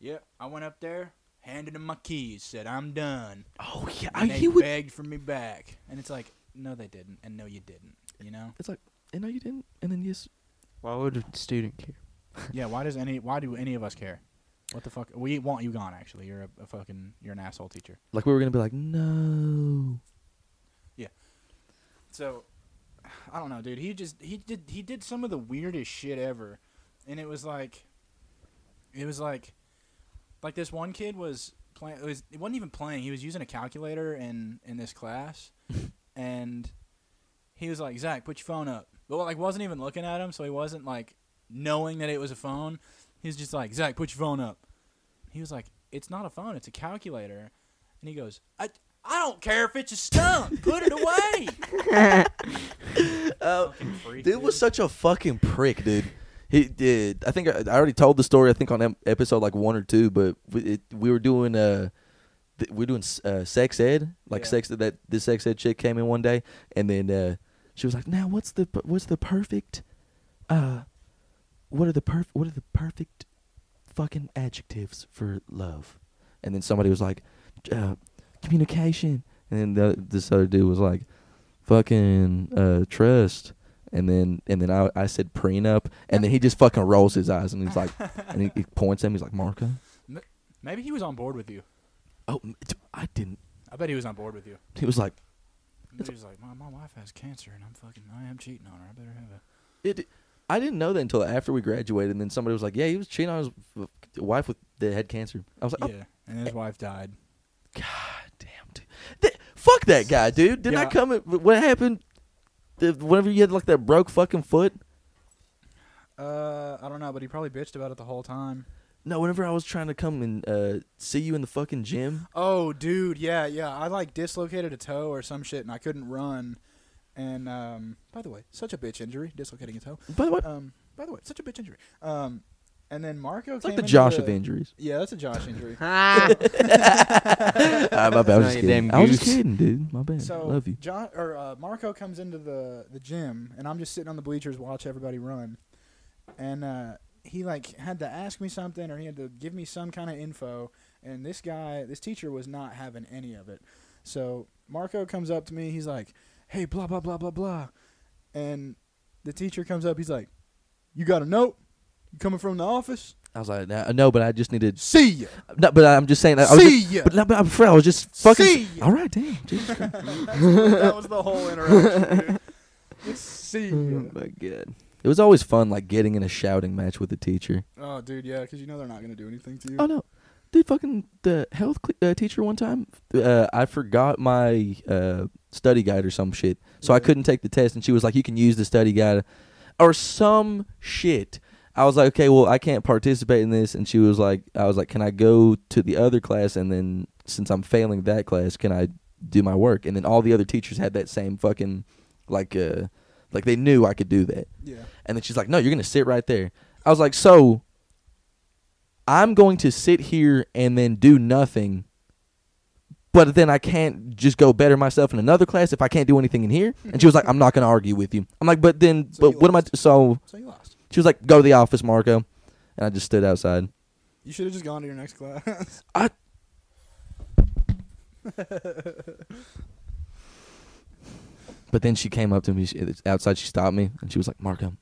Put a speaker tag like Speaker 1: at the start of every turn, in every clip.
Speaker 1: Yep, I went up there, handed him my keys, said I'm done.
Speaker 2: Oh yeah,
Speaker 1: And
Speaker 2: I,
Speaker 1: they
Speaker 2: he would.
Speaker 1: begged for me back, and it's like, no, they didn't, and no, you didn't. You know?
Speaker 2: It's like, and no, you didn't. And then you just. Why would a student care?
Speaker 1: yeah. Why does any? Why do any of us care? What the fuck? We want you gone. Actually, you're a, a fucking. You're an asshole teacher.
Speaker 2: Like we were gonna be like, no.
Speaker 1: So, I don't know, dude. He just he did he did some of the weirdest shit ever, and it was like, it was like, like this one kid was playing. It was it wasn't even playing. He was using a calculator in in this class, and he was like, Zach, put your phone up. But like wasn't even looking at him, so he wasn't like knowing that it was a phone. He was just like, Zach, put your phone up. He was like, it's not a phone, it's a calculator. And he goes, I I don't care if it's a stump. Put it away.
Speaker 2: Uh,
Speaker 1: Fucking freak,
Speaker 2: dude was such a fucking prick, dude. He did. I think I, I already told the story. I think on em- episode like one or two, but we, it, we were doing uh, th- we were doing s- uh, sex ed, like
Speaker 1: Yeah.
Speaker 2: sex that this sex ed chick came in one day, and then uh, she was like, "Now what's the per- what's the perfect, uh, what are the perf what are the perfect, fucking adjectives for love?" And then somebody was like, uh, "Communication," and then the, this other dude was like, "Fucking uh, trust." And then and then I I said prenup, and then he just fucking rolls his eyes and he's like, and he, he points at me. He's like, "Marco."
Speaker 1: Maybe he was on board with you.
Speaker 2: Oh, m- t- I didn't.
Speaker 1: I bet he was on board with you.
Speaker 2: He was like,
Speaker 1: Maybe he was like, my, my wife has cancer and I'm fucking, I am cheating on her. I better have a.
Speaker 2: it. I didn't know that until after we graduated, and then somebody was like, "Yeah, he was cheating on his w- wife with that had cancer." I was like,
Speaker 1: Yeah. And his wife died.
Speaker 2: "Oh, damn, dude, Th- fuck that guy, dude! Didn't I
Speaker 1: Yeah.
Speaker 2: come? at- What happened? Th- Whenever you had like that broke fucking foot?
Speaker 1: Uh, I don't know, but he probably bitched about it the whole time.
Speaker 2: No, whenever I was trying to come and uh, see you in the fucking gym,
Speaker 1: Oh, dude, yeah, yeah. I like dislocated a toe or some shit and I couldn't run. And um, by the way, such a bitch injury, dislocating a toe.
Speaker 2: by the way,
Speaker 1: Um, by the way, such a bitch injury. Um, and then Marco
Speaker 2: it's
Speaker 1: came
Speaker 2: like the
Speaker 1: into
Speaker 2: Josh of injuries.
Speaker 1: Yeah, that's a Josh injury.
Speaker 2: Ah, my bad. I was
Speaker 3: Son,
Speaker 2: just
Speaker 3: you
Speaker 2: kidding.
Speaker 3: damn
Speaker 2: I was just
Speaker 3: goose.
Speaker 2: kidding, dude. My bad.
Speaker 1: So
Speaker 2: Mm, Love you.
Speaker 1: John or uh, Marco comes into the the gym, and I'm just sitting on the bleachers, watch everybody run, and uh, he like had to ask me something, or he had to give me some kind of info, and this guy, this teacher, was not having any of it. So Marco comes up to me, he's like, "Hey, blah blah blah blah blah," and the teacher comes up, he's like, "You got a note? You coming from the office?
Speaker 2: I was like, nah, Uh, no, but I just needed
Speaker 1: See ya,
Speaker 2: No, but I'm just saying. I I was
Speaker 1: see
Speaker 2: just,
Speaker 1: ya."
Speaker 2: But, no, but I'm afraid I was just fucking.
Speaker 1: See ya.
Speaker 2: All right, damn. Jesus Christ.
Speaker 1: that was the whole interaction. Dude. Just see ya.
Speaker 2: my god. It was always fun, like getting in a shouting match with the teacher.
Speaker 1: Oh, dude, yeah, 'cause you know they're not gonna do anything to you.
Speaker 2: Oh no, dude, fucking the health cl- uh, teacher one time. Uh, I forgot my uh, study guide or some shit, so I
Speaker 1: Yeah.
Speaker 2: couldn't take the test, and she was like, "You can use the study guide," or some shit. I was like, "Okay, well, I can't participate in this," and she was like, "I was like, can I go to the other class, and then since I'm failing that class, can I do my work?" And then all the other teachers had that same fucking like uh like they knew I could do that.
Speaker 1: Yeah.
Speaker 2: And then she's like, "No, you're gonna sit right there." I was like, "So, I'm going to sit here and then do nothing, but then I can't just go better myself in another class if I can't do anything in here." And she was like, "I'm not gonna argue with you." I'm like, "But then,
Speaker 1: So you
Speaker 2: but what am I?"
Speaker 1: lost.
Speaker 2: so
Speaker 1: So you lost.
Speaker 2: she was like, "Go to the office, Marco," and I just stood outside.
Speaker 1: You should have just gone to your next class.
Speaker 2: I- But then she came up to me she, uh, outside. She stopped me and she was like, "Marco,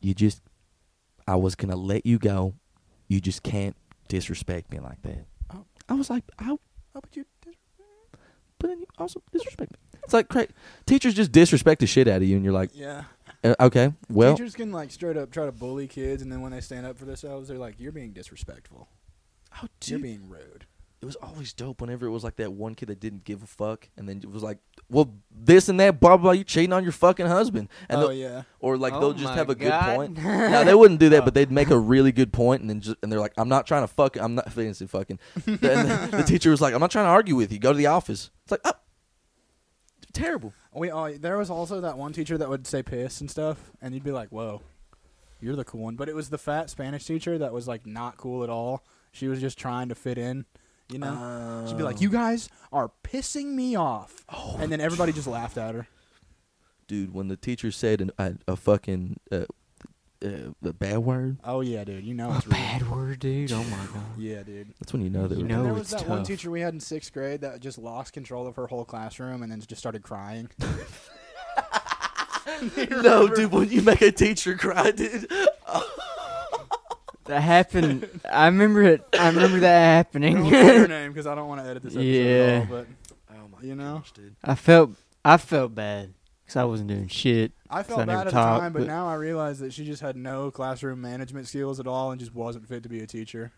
Speaker 2: you just, I was gonna let you go. You just can't disrespect me like that."
Speaker 1: Oh.
Speaker 2: I was like, "I
Speaker 1: How about you? did-
Speaker 2: but then you also disrespect me. It's like cra- teachers just disrespect the shit out of you, and you're like,
Speaker 1: Yeah.
Speaker 2: uh, okay, well,
Speaker 1: Teachers can like straight up try to bully kids, and then when they stand up for themselves, they're like, "You're being disrespectful.
Speaker 2: oh,
Speaker 1: You're
Speaker 2: dude,
Speaker 1: being rude."
Speaker 2: it was always dope whenever it was like that one kid that didn't give a fuck, and then it was like, well, this and that, blah blah, blah you cheating on your fucking husband, and
Speaker 1: oh
Speaker 2: they'll-
Speaker 1: yeah.
Speaker 2: or like
Speaker 3: Oh
Speaker 2: they'll just
Speaker 3: my
Speaker 2: have a good
Speaker 3: God.
Speaker 2: point. no, they wouldn't do that,
Speaker 1: Oh.
Speaker 2: but they'd make a really good point, and then just, and they're like, I'm not trying to fuck, I'm not fancy fucking. and the, the teacher was like, I'm not trying to argue with you. Go to the office. It's like, oh, terrible.
Speaker 1: We uh, there was also that one teacher that would say piss and stuff, and you'd be like, "Whoa, you're the cool one." But it was the fat Spanish teacher that was like not cool at all. She was just trying to fit in, you know. She'd be
Speaker 2: Oh. Um,
Speaker 1: like, "You guys are pissing me off," and then everybody just laughed at her.
Speaker 2: dude, when the teacher said an, a, a fucking uh, uh, a bad word.
Speaker 1: Oh yeah, dude. You know
Speaker 3: A
Speaker 1: it's real.
Speaker 3: bad word, dude. Oh my god.
Speaker 1: Yeah, dude.
Speaker 2: That's when you know that.
Speaker 3: You
Speaker 2: we're-
Speaker 1: and
Speaker 3: know-
Speaker 1: there
Speaker 3: it's
Speaker 1: was that one
Speaker 3: tough.
Speaker 1: teacher we had in sixth grade that just lost control of her whole classroom and then just started crying.
Speaker 2: No, dude, when you make a teacher cry, dude.
Speaker 3: That happened. I remember it. I remember that
Speaker 1: Don't say her
Speaker 3: happening.
Speaker 1: name because I don't want to edit this episode at all,
Speaker 3: Yeah.
Speaker 1: But
Speaker 2: Oh my
Speaker 1: You know?
Speaker 2: gosh, dude.
Speaker 3: I felt. I felt bad because I wasn't doing shit.
Speaker 1: I
Speaker 3: I
Speaker 1: felt
Speaker 3: never
Speaker 1: bad at
Speaker 3: taught,
Speaker 1: the time, but,
Speaker 3: but-
Speaker 1: now I realize that she just had no classroom management skills at all and just wasn't fit to be a teacher.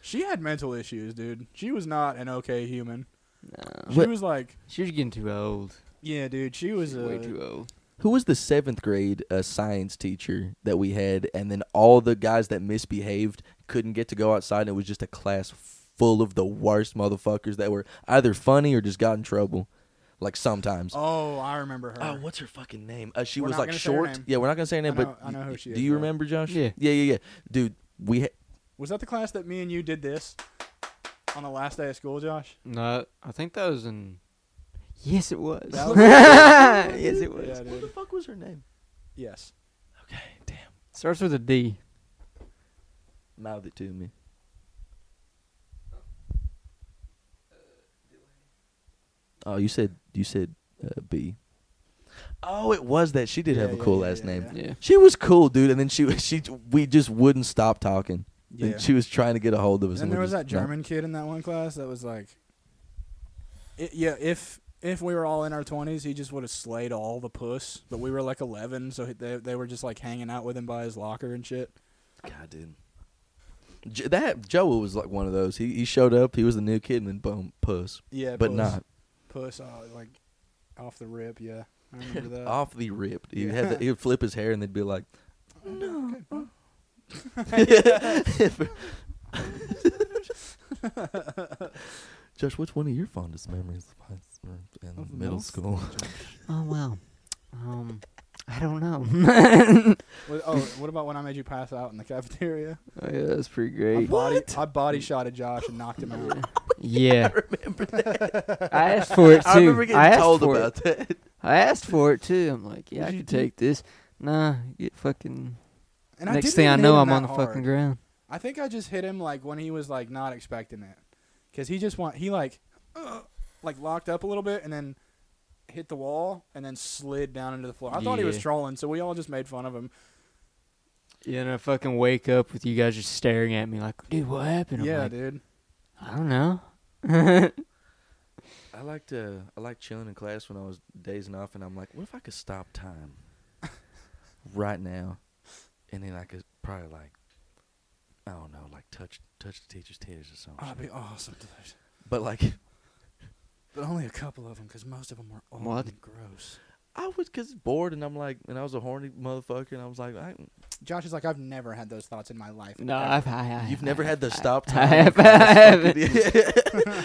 Speaker 1: She had mental issues, dude. She was not an okay human.
Speaker 3: No.
Speaker 1: She
Speaker 2: What-
Speaker 1: was like,
Speaker 3: She was getting too old.
Speaker 1: yeah, dude. She was
Speaker 3: She's
Speaker 1: a
Speaker 3: way
Speaker 2: uh,
Speaker 3: too old.
Speaker 2: Who was the seventh grade uh, science teacher that we had, and then all the guys that misbehaved couldn't get to go outside, and it was just a class full of the worst motherfuckers that were either funny or just got in trouble, like sometimes.
Speaker 1: Oh, I remember her.
Speaker 2: Oh, what's her fucking name? Uh, she
Speaker 1: We're
Speaker 2: was
Speaker 1: not
Speaker 2: like
Speaker 1: gonna say her
Speaker 2: short.
Speaker 1: name.
Speaker 2: Yeah, we're not gonna say her name,
Speaker 1: I know-
Speaker 2: but
Speaker 1: I know who
Speaker 2: y-
Speaker 1: she
Speaker 2: do
Speaker 1: is,
Speaker 2: you
Speaker 1: though.
Speaker 2: remember, Josh?
Speaker 3: Yeah.
Speaker 2: yeah, yeah, yeah. Dude, we ha-
Speaker 1: Was that the class that me and you did this on the last day of school, Josh?
Speaker 3: No, I think that was in. Yes, it was.
Speaker 1: That was-
Speaker 3: yes, it was.
Speaker 1: Yeah,
Speaker 2: what the
Speaker 1: dude.
Speaker 2: fuck was her name?
Speaker 1: Yes.
Speaker 2: Okay, damn.
Speaker 3: Starts with a D.
Speaker 2: Mouth it to me. Oh, you said you said uh, B. Oh, it was that she did
Speaker 1: Yeah,
Speaker 2: have a
Speaker 1: yeah,
Speaker 2: cool
Speaker 1: yeah,
Speaker 2: ass
Speaker 1: yeah,
Speaker 2: name.
Speaker 1: yeah.
Speaker 3: Yeah.
Speaker 2: She was cool, dude, and then she she we just wouldn't stop talking.
Speaker 1: Yeah.
Speaker 2: And she was trying to get a hold of us.
Speaker 1: And
Speaker 2: we
Speaker 1: there was
Speaker 2: just-
Speaker 1: that German kid in that one class that was like, it, yeah, if if we were all in our twenties, he just would have slayed all the puss. But we were like eleven, so he- they they were just like hanging out with him by his locker and shit.
Speaker 2: No, God, dude. J- that Joel was like one of those. He he showed up. He was the new kid, and then boom, puss.
Speaker 1: Yeah,
Speaker 2: but
Speaker 1: puss.
Speaker 2: not
Speaker 1: puss. Oh, like off the rip. Yeah, I remember that.
Speaker 2: off the rip. He
Speaker 1: yeah.
Speaker 2: had the, he would flip his hair, and they'd be like,
Speaker 1: no.
Speaker 2: Josh, what's one of your fondest memories in
Speaker 1: Of
Speaker 2: middle
Speaker 1: middle
Speaker 2: school?
Speaker 3: Oh wow. Um, I don't know.
Speaker 1: What- Oh, what about when I made you pass out in the cafeteria?
Speaker 3: oh, yeah, that's pretty
Speaker 1: I
Speaker 3: great.
Speaker 1: body, I body shot at Josh and knocked him out.
Speaker 3: Yeah. I remember that. I asked for it too.
Speaker 2: I remember getting
Speaker 3: asked
Speaker 2: told
Speaker 3: for
Speaker 2: about
Speaker 3: it.
Speaker 2: that.
Speaker 3: I asked for it too. I'm like, yeah,
Speaker 1: What'd
Speaker 3: I
Speaker 1: you
Speaker 3: could
Speaker 1: do?
Speaker 3: take this. Nah, get fucking.
Speaker 1: And I
Speaker 3: Next
Speaker 1: didn't
Speaker 3: thing I
Speaker 1: even
Speaker 3: know,
Speaker 1: hit him
Speaker 3: I'm on
Speaker 1: that
Speaker 3: the
Speaker 1: hard.
Speaker 3: fucking ground.
Speaker 1: I think I just hit him like when he was like not expecting it, because he just want he like, uh, like locked up a little bit and then hit the wall and then slid down into the floor. I thought he was
Speaker 3: Yeah.
Speaker 1: trolling, so we all just made fun of him.
Speaker 3: Yeah, and I fucking wake up with you guys just staring at me like, dude, what happened? I'm
Speaker 1: yeah,
Speaker 3: like,
Speaker 1: dude.
Speaker 3: I don't know.
Speaker 2: I liked uh, I liked chilling in class when I was dazing off, and I'm like, what if I could stop time right now, and then I could probably like, I don't know, like touch touch the teacher's titties or something.
Speaker 1: I'd be awesome, dude.
Speaker 2: Oh, but like,
Speaker 1: But only a couple of them, because most of them were old
Speaker 3: What?
Speaker 1: and gross.
Speaker 2: I was cause bored, and I'm like, and I was a horny motherfucker, and I was like, I,
Speaker 1: Josh is like, I've never had those thoughts in my life.
Speaker 3: no,
Speaker 1: ever."
Speaker 3: I've, I, I,
Speaker 2: You've never had the stop
Speaker 3: I
Speaker 2: time.
Speaker 3: have- I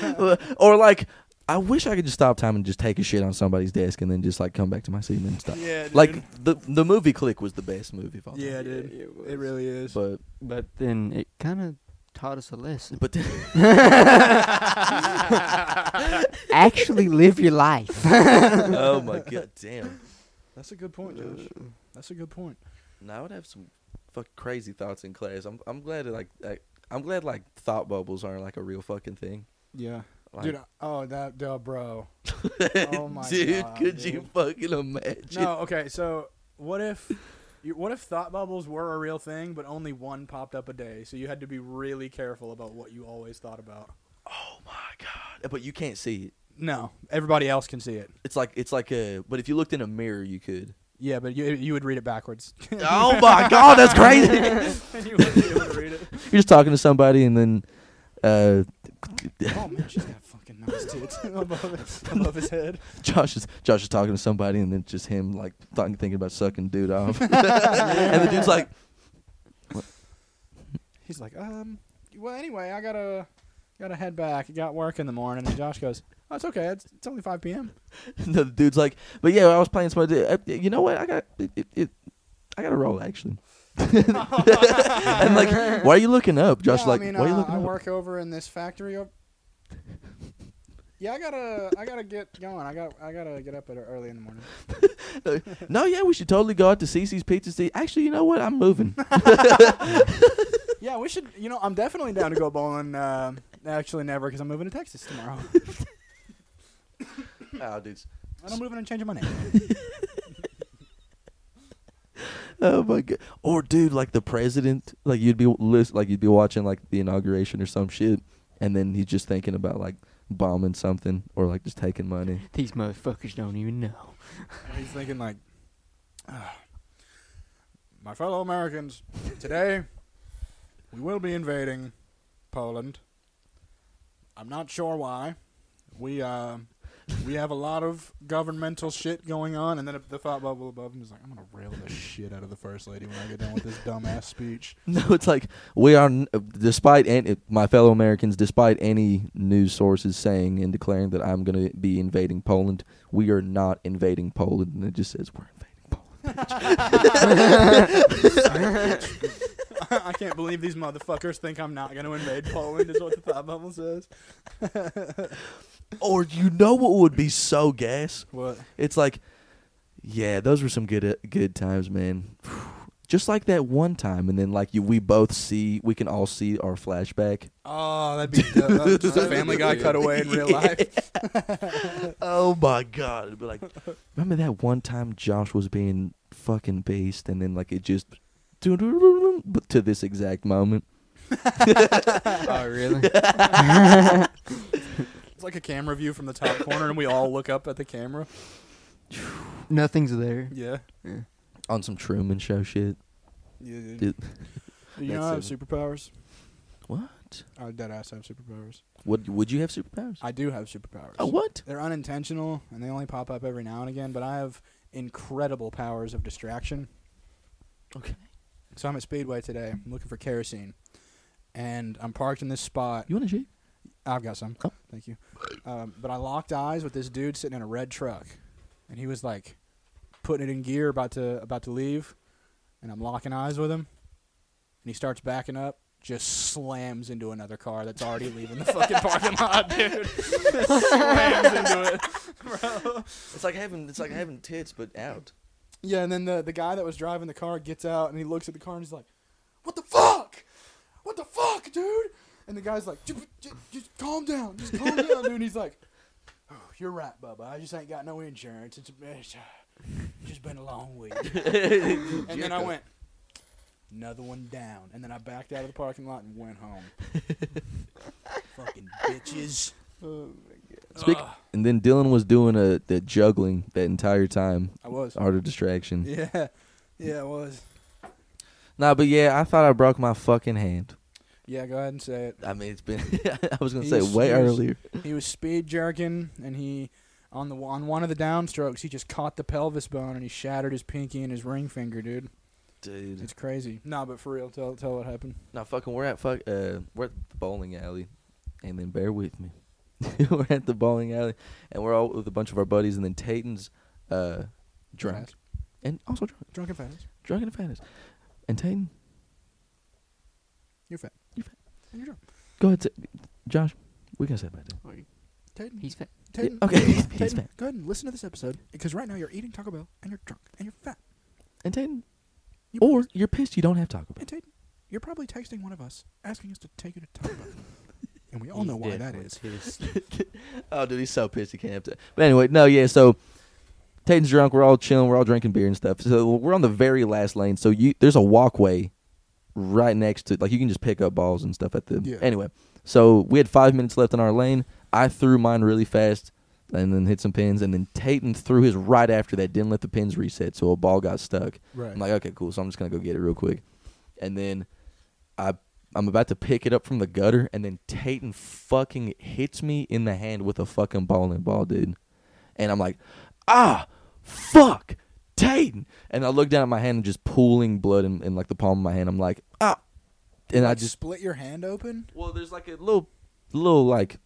Speaker 2: haven't. or like, I wish I could just stop time and just take a shit on somebody's desk and then just like come back to my seat and then stop.
Speaker 1: Yeah, dude.
Speaker 2: Like the the movie Click was the best movie of all time.
Speaker 1: yeah, dude.
Speaker 3: it was.
Speaker 1: it really is.
Speaker 2: But
Speaker 3: But then it kind of taught us a lesson.
Speaker 2: but
Speaker 3: Actually, live your life.
Speaker 2: oh my god, damn!
Speaker 1: That's a good point, Josh.
Speaker 2: Mm.
Speaker 1: That's a good point.
Speaker 2: Now I would have some fucking crazy thoughts in class. I'm I'm glad that like I, I'm glad like thought bubbles aren't like a real fucking thing.
Speaker 1: Yeah,
Speaker 2: Like,
Speaker 1: dude. I- oh, that, duh, bro. oh my
Speaker 2: dude,
Speaker 1: God,
Speaker 2: could you
Speaker 1: dude.
Speaker 2: fucking imagine?
Speaker 1: No, okay. So what if, you, what if thought bubbles were a real thing, but only one popped up a day? So you had to be really careful about what you always thought about.
Speaker 2: Oh my god! But you can't see it.
Speaker 1: No, everybody else can see it.
Speaker 2: It's like it's like a. But if you looked in a mirror, you could.
Speaker 1: Yeah, but you you would read it backwards.
Speaker 2: oh my god, that's crazy!
Speaker 1: you
Speaker 2: You're
Speaker 1: wouldn't be able to read it.
Speaker 2: just talking to somebody, and then, uh,
Speaker 1: Oh man, she's got fucking nice tits above, his, above his head.
Speaker 2: Josh is Josh is talking to somebody, and then just him like th- thinking about sucking dude off, and the dude's like,
Speaker 1: He's like, um, well, anyway, I gotta gotta head back. I got work in the morning. And Josh goes, oh, it's okay. It's, it's only five p.m.
Speaker 2: the dude's like, but yeah, I was playing somebody. uh, You know what? I got it. it, it I got to roll actually. and like, why are you looking up? Josh
Speaker 1: Yeah,
Speaker 2: like,
Speaker 1: I mean,
Speaker 2: why are you
Speaker 1: uh,
Speaker 2: looking
Speaker 1: I
Speaker 2: up?
Speaker 1: work over in this factory. o- Yeah, I gotta, I gotta get going. I got, I gotta get up at er, early in the morning.
Speaker 2: No, yeah, we should totally go out to Cece's Pizza. See, actually, you know what? I'm moving.
Speaker 1: Yeah, we should. You know, I'm definitely down to go bowling. Um actually, never, because I'm moving to Texas tomorrow.
Speaker 2: oh, dudes.
Speaker 1: and I'm moving and changing my name.
Speaker 2: Oh my god. Or dude, like the president, like you'd be lis- like you'd be watching like the inauguration or some shit, and then he's just thinking about like bombing something or like just taking money.
Speaker 3: These motherfuckers don't even know.
Speaker 1: He's thinking like, "Ah, my fellow Americans, today we will be invading Poland. I'm not sure why. We uh, we have a lot of governmental shit going on, and then the thought bubble above him is like, I'm gonna rail the shit out of the first lady when I get done with this dumbass speech.
Speaker 2: No, it's like we are, n- despite any, my fellow Americans, despite any news sources saying and declaring that I'm going to be invading Poland, we are not invading Poland, and it just says we're invading Poland.
Speaker 1: I can't believe these motherfuckers think I'm not gonna invade Poland. Is what the thought bubble says.
Speaker 2: Or you know what would be so gas?
Speaker 1: What?
Speaker 2: It's like, yeah, those were some good uh, good times, man. Just like that one time, and then like you, we both see, we can all see our flashback.
Speaker 1: Oh, that'd be dope. Just a Family Guy cutaway in real life.
Speaker 2: Oh my god! It'd be like, remember that one time Josh was being fucking beast, and then like it just but to this exact moment.
Speaker 3: oh, really?
Speaker 1: It's like a camera view from the top corner, and we all look up at the camera.
Speaker 3: Nothing's there.
Speaker 1: Yeah.
Speaker 2: on some Truman Show shit.
Speaker 1: yeah, yeah.
Speaker 2: Dude.
Speaker 1: You know, I have
Speaker 2: That's
Speaker 1: superpowers.
Speaker 2: What?
Speaker 1: I dead ass have superpowers.
Speaker 2: Would Would you have superpowers?
Speaker 1: I do have superpowers.
Speaker 2: oh, what?
Speaker 1: They're unintentional, and they only pop up every now and again. But I have incredible powers of distraction.
Speaker 2: Okay.
Speaker 1: So I'm at Speedway today. I'm looking for kerosene, and I'm parked in this spot.
Speaker 2: You want to cheat?
Speaker 1: I've got some.
Speaker 2: Oh.
Speaker 1: Thank you. Um, but I locked eyes with this dude sitting in a red truck, and he was like putting it in gear, about to about to leave, and I'm locking eyes with him, and he starts backing up, just slams into another car that's already leaving the fucking parking lot, dude. slams into it.
Speaker 2: It's like having It's like having tits but out.
Speaker 1: Yeah, and then the the guy that was driving the car gets out and he looks at the car and he's like, "What the fuck? What the fuck, dude?" And the guy's like, "Ju- ju- "Just calm down, just calm down, dude." And he's like, oh, "You're right, Bubba. I just ain't got no insurance. It's, it's uh, just been a long week." and then I went, "Another one down." And then I backed out of the parking lot and went home. Fucking bitches.
Speaker 2: Speak.
Speaker 1: Ugh.
Speaker 2: And then Dylan was doing a the juggling that entire time.
Speaker 1: I was.
Speaker 2: Art of distraction.
Speaker 1: Yeah, yeah, I was.
Speaker 2: Nah, but yeah, I thought I broke my fucking hand.
Speaker 1: Yeah, go ahead and say it.
Speaker 2: I mean, it's been. I was gonna
Speaker 1: He
Speaker 2: say
Speaker 1: was-
Speaker 2: way
Speaker 1: he was-
Speaker 2: earlier.
Speaker 1: He was speed jerking, and he on the on one of the downstrokes, he just caught the pelvis bone, and he shattered his pinky and his ring finger, dude.
Speaker 2: Dude,
Speaker 1: It's crazy. Nah, but for real, tell tell what happened.
Speaker 2: no fucking. We're at fuck. Uh, we're at the bowling alley, and then bear with me. we're at the bowling alley, and we're all with a bunch of our buddies, and then Tayton's uh, drunk,
Speaker 1: Fast.
Speaker 2: and also drunk,
Speaker 1: drunken fast.
Speaker 2: drunk and fattest. And Tayton,
Speaker 1: You're fat.
Speaker 2: You're fat.
Speaker 1: And you're drunk.
Speaker 2: go ahead, say- Josh. We can say about that.
Speaker 1: Tayden.
Speaker 3: He's fat.
Speaker 1: Tayden.
Speaker 2: okay, he's-
Speaker 1: Tayden,
Speaker 2: he's fat.
Speaker 1: Go ahead and listen to this episode because right now you're eating Taco Bell and you're drunk and you're fat.
Speaker 2: And Tayton,
Speaker 1: You
Speaker 2: or you're pissed you don't have Taco Bell.
Speaker 1: and Tayden, you're probably texting one of us asking us to take you to Taco Bell, and we all
Speaker 3: He's
Speaker 1: know why that
Speaker 3: definitely
Speaker 1: is.
Speaker 3: pissed.
Speaker 2: Oh, dude, he's so pissed he can't have to. But anyway, no, yeah. So Tayton's drunk. We're all chilling. We're all drinking beer and stuff. So we're on the very last lane. So you there's a walkway right next to like you can just pick up balls and stuff at the
Speaker 1: Yeah.
Speaker 2: anyway. So we had five minutes left in our lane. I threw mine really fast and then hit some pins and then Tayton threw his right after that. Didn't let the pins reset, so a ball got stuck.
Speaker 1: Right.
Speaker 2: I'm like, okay, cool. So I'm just gonna go get it real quick, and then I I'm about to pick it up from the gutter, and then Tayton fucking hits me in the hand with a fucking bowling ball, dude. And I'm like, ah, fuck, Tayton. And I look down at my hand and just pooling blood in, in like the palm of my hand. I'm like, ah, and I
Speaker 1: Like,
Speaker 2: just
Speaker 1: split your hand open.
Speaker 2: well, there's like a little little like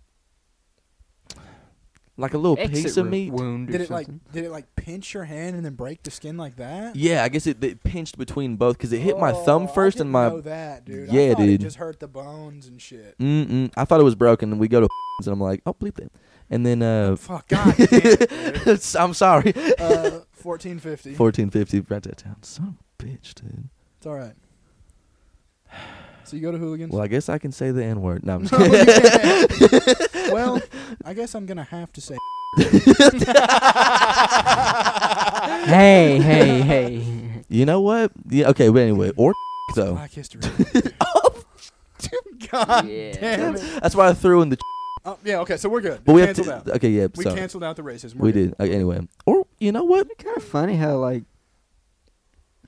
Speaker 2: like a little
Speaker 3: Exit
Speaker 2: piece of
Speaker 3: ro-
Speaker 2: meat.
Speaker 3: wound or
Speaker 1: Did it like
Speaker 3: something.
Speaker 1: did it like pinch your hand and then break the skin like that?
Speaker 2: Yeah, I guess it, it pinched between both because it hit my
Speaker 1: Oh,
Speaker 2: thumb
Speaker 1: I
Speaker 2: first
Speaker 1: didn't
Speaker 2: and my
Speaker 1: know that, dude. I
Speaker 2: Yeah,
Speaker 1: thought it
Speaker 2: dude.
Speaker 1: just hurt the bones and shit.
Speaker 2: Mm-mm. I thought it was broken, and we go to and I'm like, oh, bleep that. And then uh,
Speaker 1: Fuck God. damn it, dude.
Speaker 2: I'm sorry,
Speaker 1: uh, Fourteen fifty.
Speaker 2: fourteen fifty. Write that down. Son of a bitch, dude.
Speaker 1: It's all right. So you go to hooligans.
Speaker 2: Well, I guess I can say the n word. No, I'm just
Speaker 1: No,
Speaker 2: kidding.
Speaker 1: you can't. well, I guess I'm gonna have to say.
Speaker 3: hey, hey, hey.
Speaker 2: You know what? Yeah. Okay. But anyway, or though.
Speaker 1: Black history.
Speaker 3: Yeah.
Speaker 1: God damn it.
Speaker 2: That's why I threw in the.
Speaker 1: Oh, yeah. Okay. So we're good.
Speaker 2: But we have
Speaker 1: canceled
Speaker 2: to.
Speaker 1: out.
Speaker 2: Okay. Yeah.
Speaker 1: We
Speaker 2: sorry.
Speaker 1: canceled out the racism. We're
Speaker 2: We
Speaker 1: good.
Speaker 2: did. Okay, anyway, or you know what?
Speaker 3: Kind of funny how like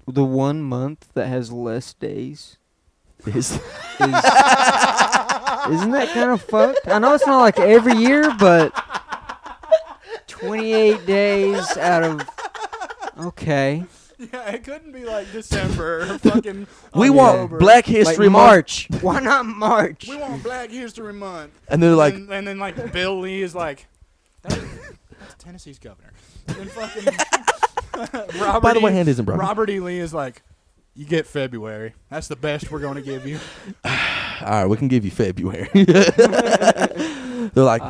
Speaker 3: the one month that has less days
Speaker 2: It's-
Speaker 3: is isn't that kind of fucked? I know it's not like every year, but 28 days out of okay,
Speaker 1: Yeah, it couldn't be like December or fucking. October.
Speaker 2: we want Black History
Speaker 3: like
Speaker 2: March,
Speaker 3: Oh, March. Why not March?
Speaker 1: We want Black History Month.
Speaker 2: and they're like,
Speaker 1: and, and then like Bill Lee is like, that's, that's Tennessee's governor. And then fucking Robert.
Speaker 2: by the way,
Speaker 1: E.
Speaker 2: hand isn't broken.
Speaker 1: Robert E. Lee is like, you get February. That's the best we're gonna give you.
Speaker 2: All right, we can give you February. they're like,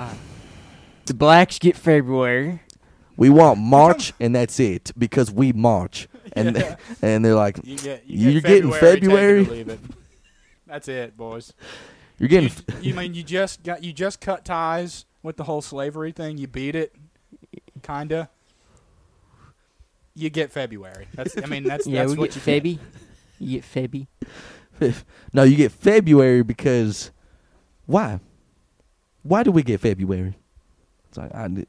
Speaker 3: The blacks get February.
Speaker 2: we want March, and that's it because we march, and
Speaker 1: Yeah.
Speaker 2: and they're like,
Speaker 1: You get.
Speaker 2: You're
Speaker 1: You get
Speaker 2: getting
Speaker 1: February.
Speaker 2: February?
Speaker 1: take it or leave it. That's it, boys.
Speaker 2: you're getting.
Speaker 1: You, you mean you just got you just cut ties with the whole slavery thing? You beat it, kinda. You get February. That's I mean that's
Speaker 3: Yeah,
Speaker 1: that's
Speaker 3: we
Speaker 1: what
Speaker 3: get
Speaker 1: you get.
Speaker 3: Febby. You get Febby.
Speaker 2: f- no, you get February because why? Why do we get February? It's like I, did-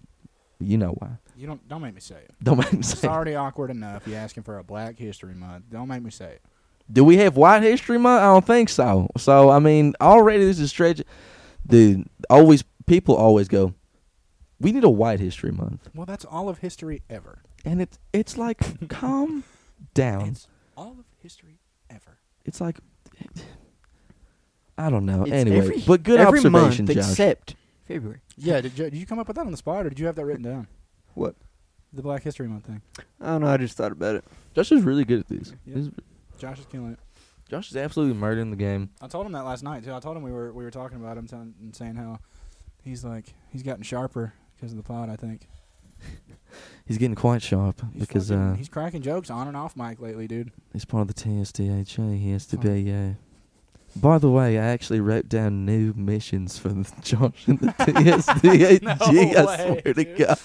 Speaker 2: you know why?
Speaker 1: You don't don't make me say it.
Speaker 2: Don't make me say.
Speaker 1: It's
Speaker 2: it.
Speaker 1: already awkward enough. You asking for a Black History Month? Don't make me say it.
Speaker 2: Do we have White History Month? I don't think so. So I mean, already this is stretch. Dude, always people always go. We need a White History Month,
Speaker 1: Well, that's all of history ever.
Speaker 2: and it's it's like calm down. It's,
Speaker 1: It's all of history ever.
Speaker 2: like I don't know.
Speaker 3: It's
Speaker 2: anyway,
Speaker 3: every-
Speaker 2: but good
Speaker 3: every
Speaker 2: observation,
Speaker 3: month
Speaker 2: Josh.
Speaker 3: Except February.
Speaker 1: Yeah. Did you, did you come up with that on the spot, or did you have that written down?
Speaker 3: What?
Speaker 1: The Black History Month thing.
Speaker 3: I don't know. I just thought about it.
Speaker 2: Josh is really good at these.
Speaker 1: Yeah.
Speaker 2: He's-
Speaker 1: Josh is killing it.
Speaker 2: Josh is absolutely murdering the game.
Speaker 1: I told him that last night too. I told him we were we were talking about him telling, and saying how he's like he's gotten sharper because of the pod. I think
Speaker 2: He's getting quite sharp
Speaker 1: he's
Speaker 2: because
Speaker 1: fucking-
Speaker 2: uh,
Speaker 1: he's cracking jokes on and off mic lately, dude.
Speaker 2: It's part of the TSDHA. eh? He has to
Speaker 1: Fine.
Speaker 2: be. Uh, by the way, I actually wrote down new missions for the Josh and the TSDHG. I
Speaker 1: No way,
Speaker 2: swear to
Speaker 1: dude.
Speaker 2: God.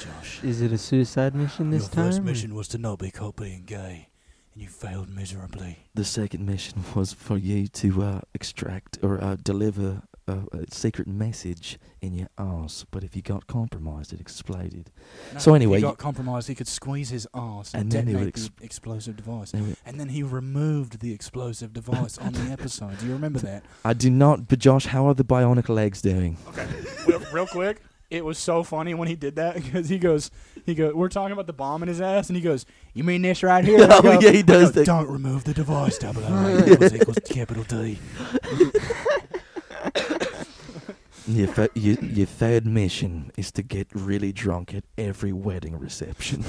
Speaker 1: Josh,
Speaker 3: Is it a suicide mission this time? or-
Speaker 1: was to not be caught being gay, and you failed miserably.
Speaker 2: The second mission was for you to uh, extract or uh, deliver a, a secret message in your arse. But if you got compromised, it exploded. So anyway,
Speaker 1: he
Speaker 2: you-
Speaker 1: got compromised. He could squeeze his ass and,
Speaker 2: And then he would
Speaker 1: detonate the explosive device.
Speaker 2: Anyway,
Speaker 1: And then he removed the explosive device on the episode. Do you remember that?
Speaker 2: I do not. But Josh, how are the bionic legs doing?
Speaker 1: Okay, real, real quick. It was so funny when he did that because he goes, he goes, we're talking about the bomb in his ass, and he goes, "You mean this right here?" And I
Speaker 2: Oh,
Speaker 1: go-
Speaker 2: yeah, he
Speaker 1: I
Speaker 2: does
Speaker 1: go,
Speaker 2: that.
Speaker 1: Don't remove the device. Double O equals equals capital D.
Speaker 2: Your, th- your, your third mission is to get really drunk at every wedding reception.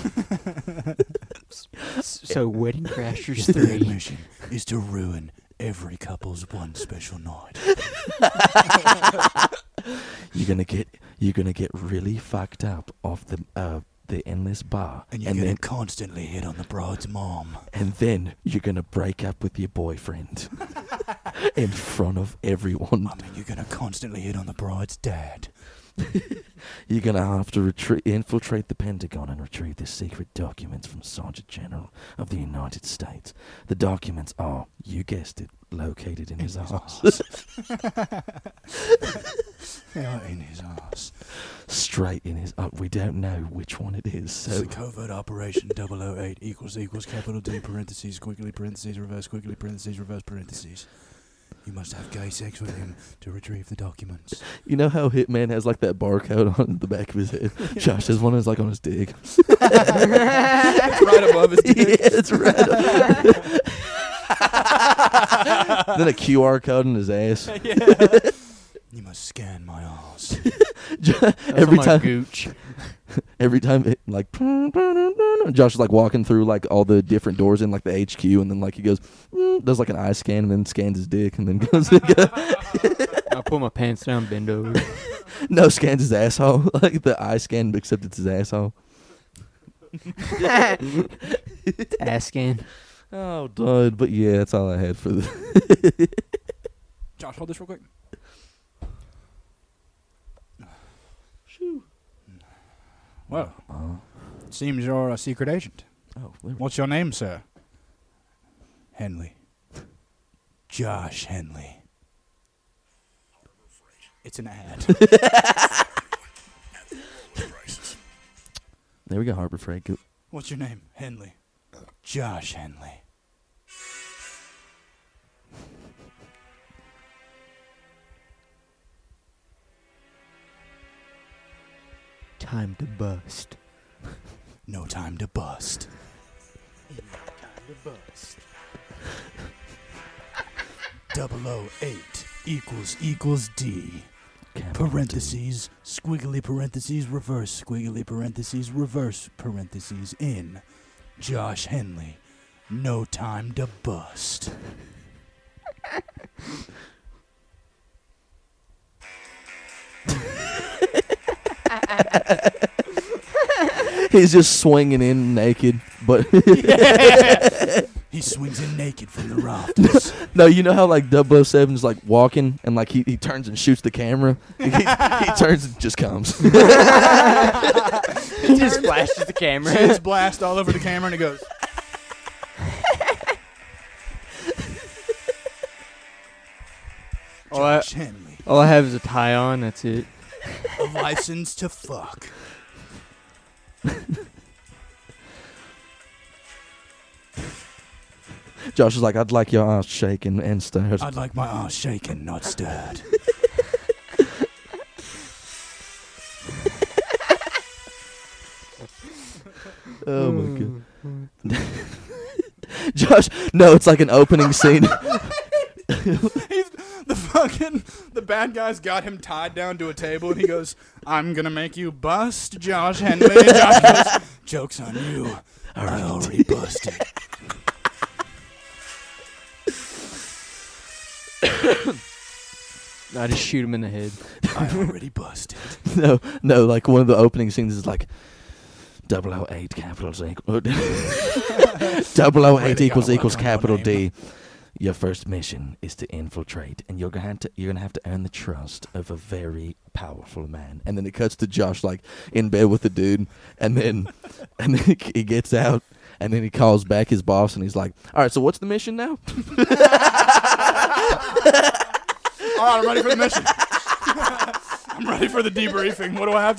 Speaker 3: So Wedding Crashers
Speaker 1: Third
Speaker 3: three.
Speaker 1: mission is to ruin every couple's one special night.
Speaker 2: You're gonna get you're gonna get really fucked up off the uh, the endless bar,
Speaker 1: And you're gonna
Speaker 2: then
Speaker 1: constantly hit on the bride's mom.
Speaker 2: and then you're gonna break up with your boyfriend in front of everyone.
Speaker 1: I mean, you're gonna constantly hit on the bride's dad.
Speaker 2: You're gonna have to retrie- infiltrate the Pentagon and retrieve the secret documents from Sergeant General of the United States. The documents are, you guessed it, located in, his, house.
Speaker 1: Yeah, in his ass.
Speaker 2: straight in his. Uh, we don't know which one it is. So
Speaker 1: It's the covert operation 008 equals equals capital D parentheses quickly parentheses reverse quickly parentheses reverse parentheses. You must have gay sex with him to retrieve the documents.
Speaker 2: You know how Hitman has like that barcode on the back of his head? Josh has one that's like on his dick.
Speaker 1: right above his
Speaker 2: yeah, it's red. then a QR code in his ass.
Speaker 1: You must scan my ass.
Speaker 2: Every
Speaker 3: my
Speaker 2: time-
Speaker 3: Gooch.
Speaker 2: Every time, it, like, Josh is like walking through like all the different doors in like the HQ, and then like he goes, mm, does like an eye scan, and then scans his dick, and then goes,
Speaker 4: I pull my pants down, bend over.
Speaker 2: No scans his asshole. Like the eye scan, except it's his asshole.
Speaker 4: Ass scan.
Speaker 2: Oh, dude. But yeah, that's all I had for the.
Speaker 1: Josh, hold this real quick. Well,
Speaker 2: Oh,
Speaker 1: it seems you're a secret agent.
Speaker 2: oh there we-
Speaker 1: What's your name, sir? Henley. Josh Henley. It's an ad.
Speaker 2: there we go. Harbor Freight. Go-
Speaker 1: What's your name? Henley. Josh Henley.
Speaker 4: Time to bust.
Speaker 1: No time to bust. No time to bust. Double O eight equals equals D.
Speaker 2: Capital
Speaker 1: Parentheses, squiggly parentheses, reverse, squiggly parentheses, reverse, parentheses, in. Josh Henley. No time to bust.
Speaker 2: D. He's just swinging in naked, but
Speaker 1: He swings in naked from the rafters.
Speaker 2: no, you know how like 007 is like walking and like he, he turns and shoots the camera. He, he turns and just comes.
Speaker 4: He just flashes the camera.
Speaker 1: Shit's blast all over the camera and it goes.
Speaker 4: all, I,
Speaker 1: Josh Henley.
Speaker 4: all I have is a tie on. That's it.
Speaker 1: A license to fuck.
Speaker 2: Josh is like, I'd like your ass shaken and stirred.
Speaker 1: I'd like my ass shaken, not stirred.
Speaker 2: Oh my god. Josh, no, it's like an opening scene.
Speaker 1: He's, the fucking the bad guys got him tied down to a table, and he goes, "I'm gonna make you bust, Josh Henley." And Josh goes, "Jokes on you. I already busted."
Speaker 4: I just shoot him in the head.
Speaker 1: I already busted.
Speaker 2: no, no, like one of the opening scenes is like 008 capital Z. 008
Speaker 1: Really
Speaker 2: equals
Speaker 1: gotta
Speaker 2: equals
Speaker 1: work on your
Speaker 2: capital
Speaker 1: name.
Speaker 2: D. Your first mission is to infiltrate, and you're gonna have to you're gonna have to earn the trust of a very powerful man. And then it cuts to Josh like in bed with the dude, and then and then he gets out, and then he calls back his boss, and he's like, "All right, so what's the mission now?"
Speaker 1: All right, I'm ready for the mission. I'm ready for the debriefing. What do I have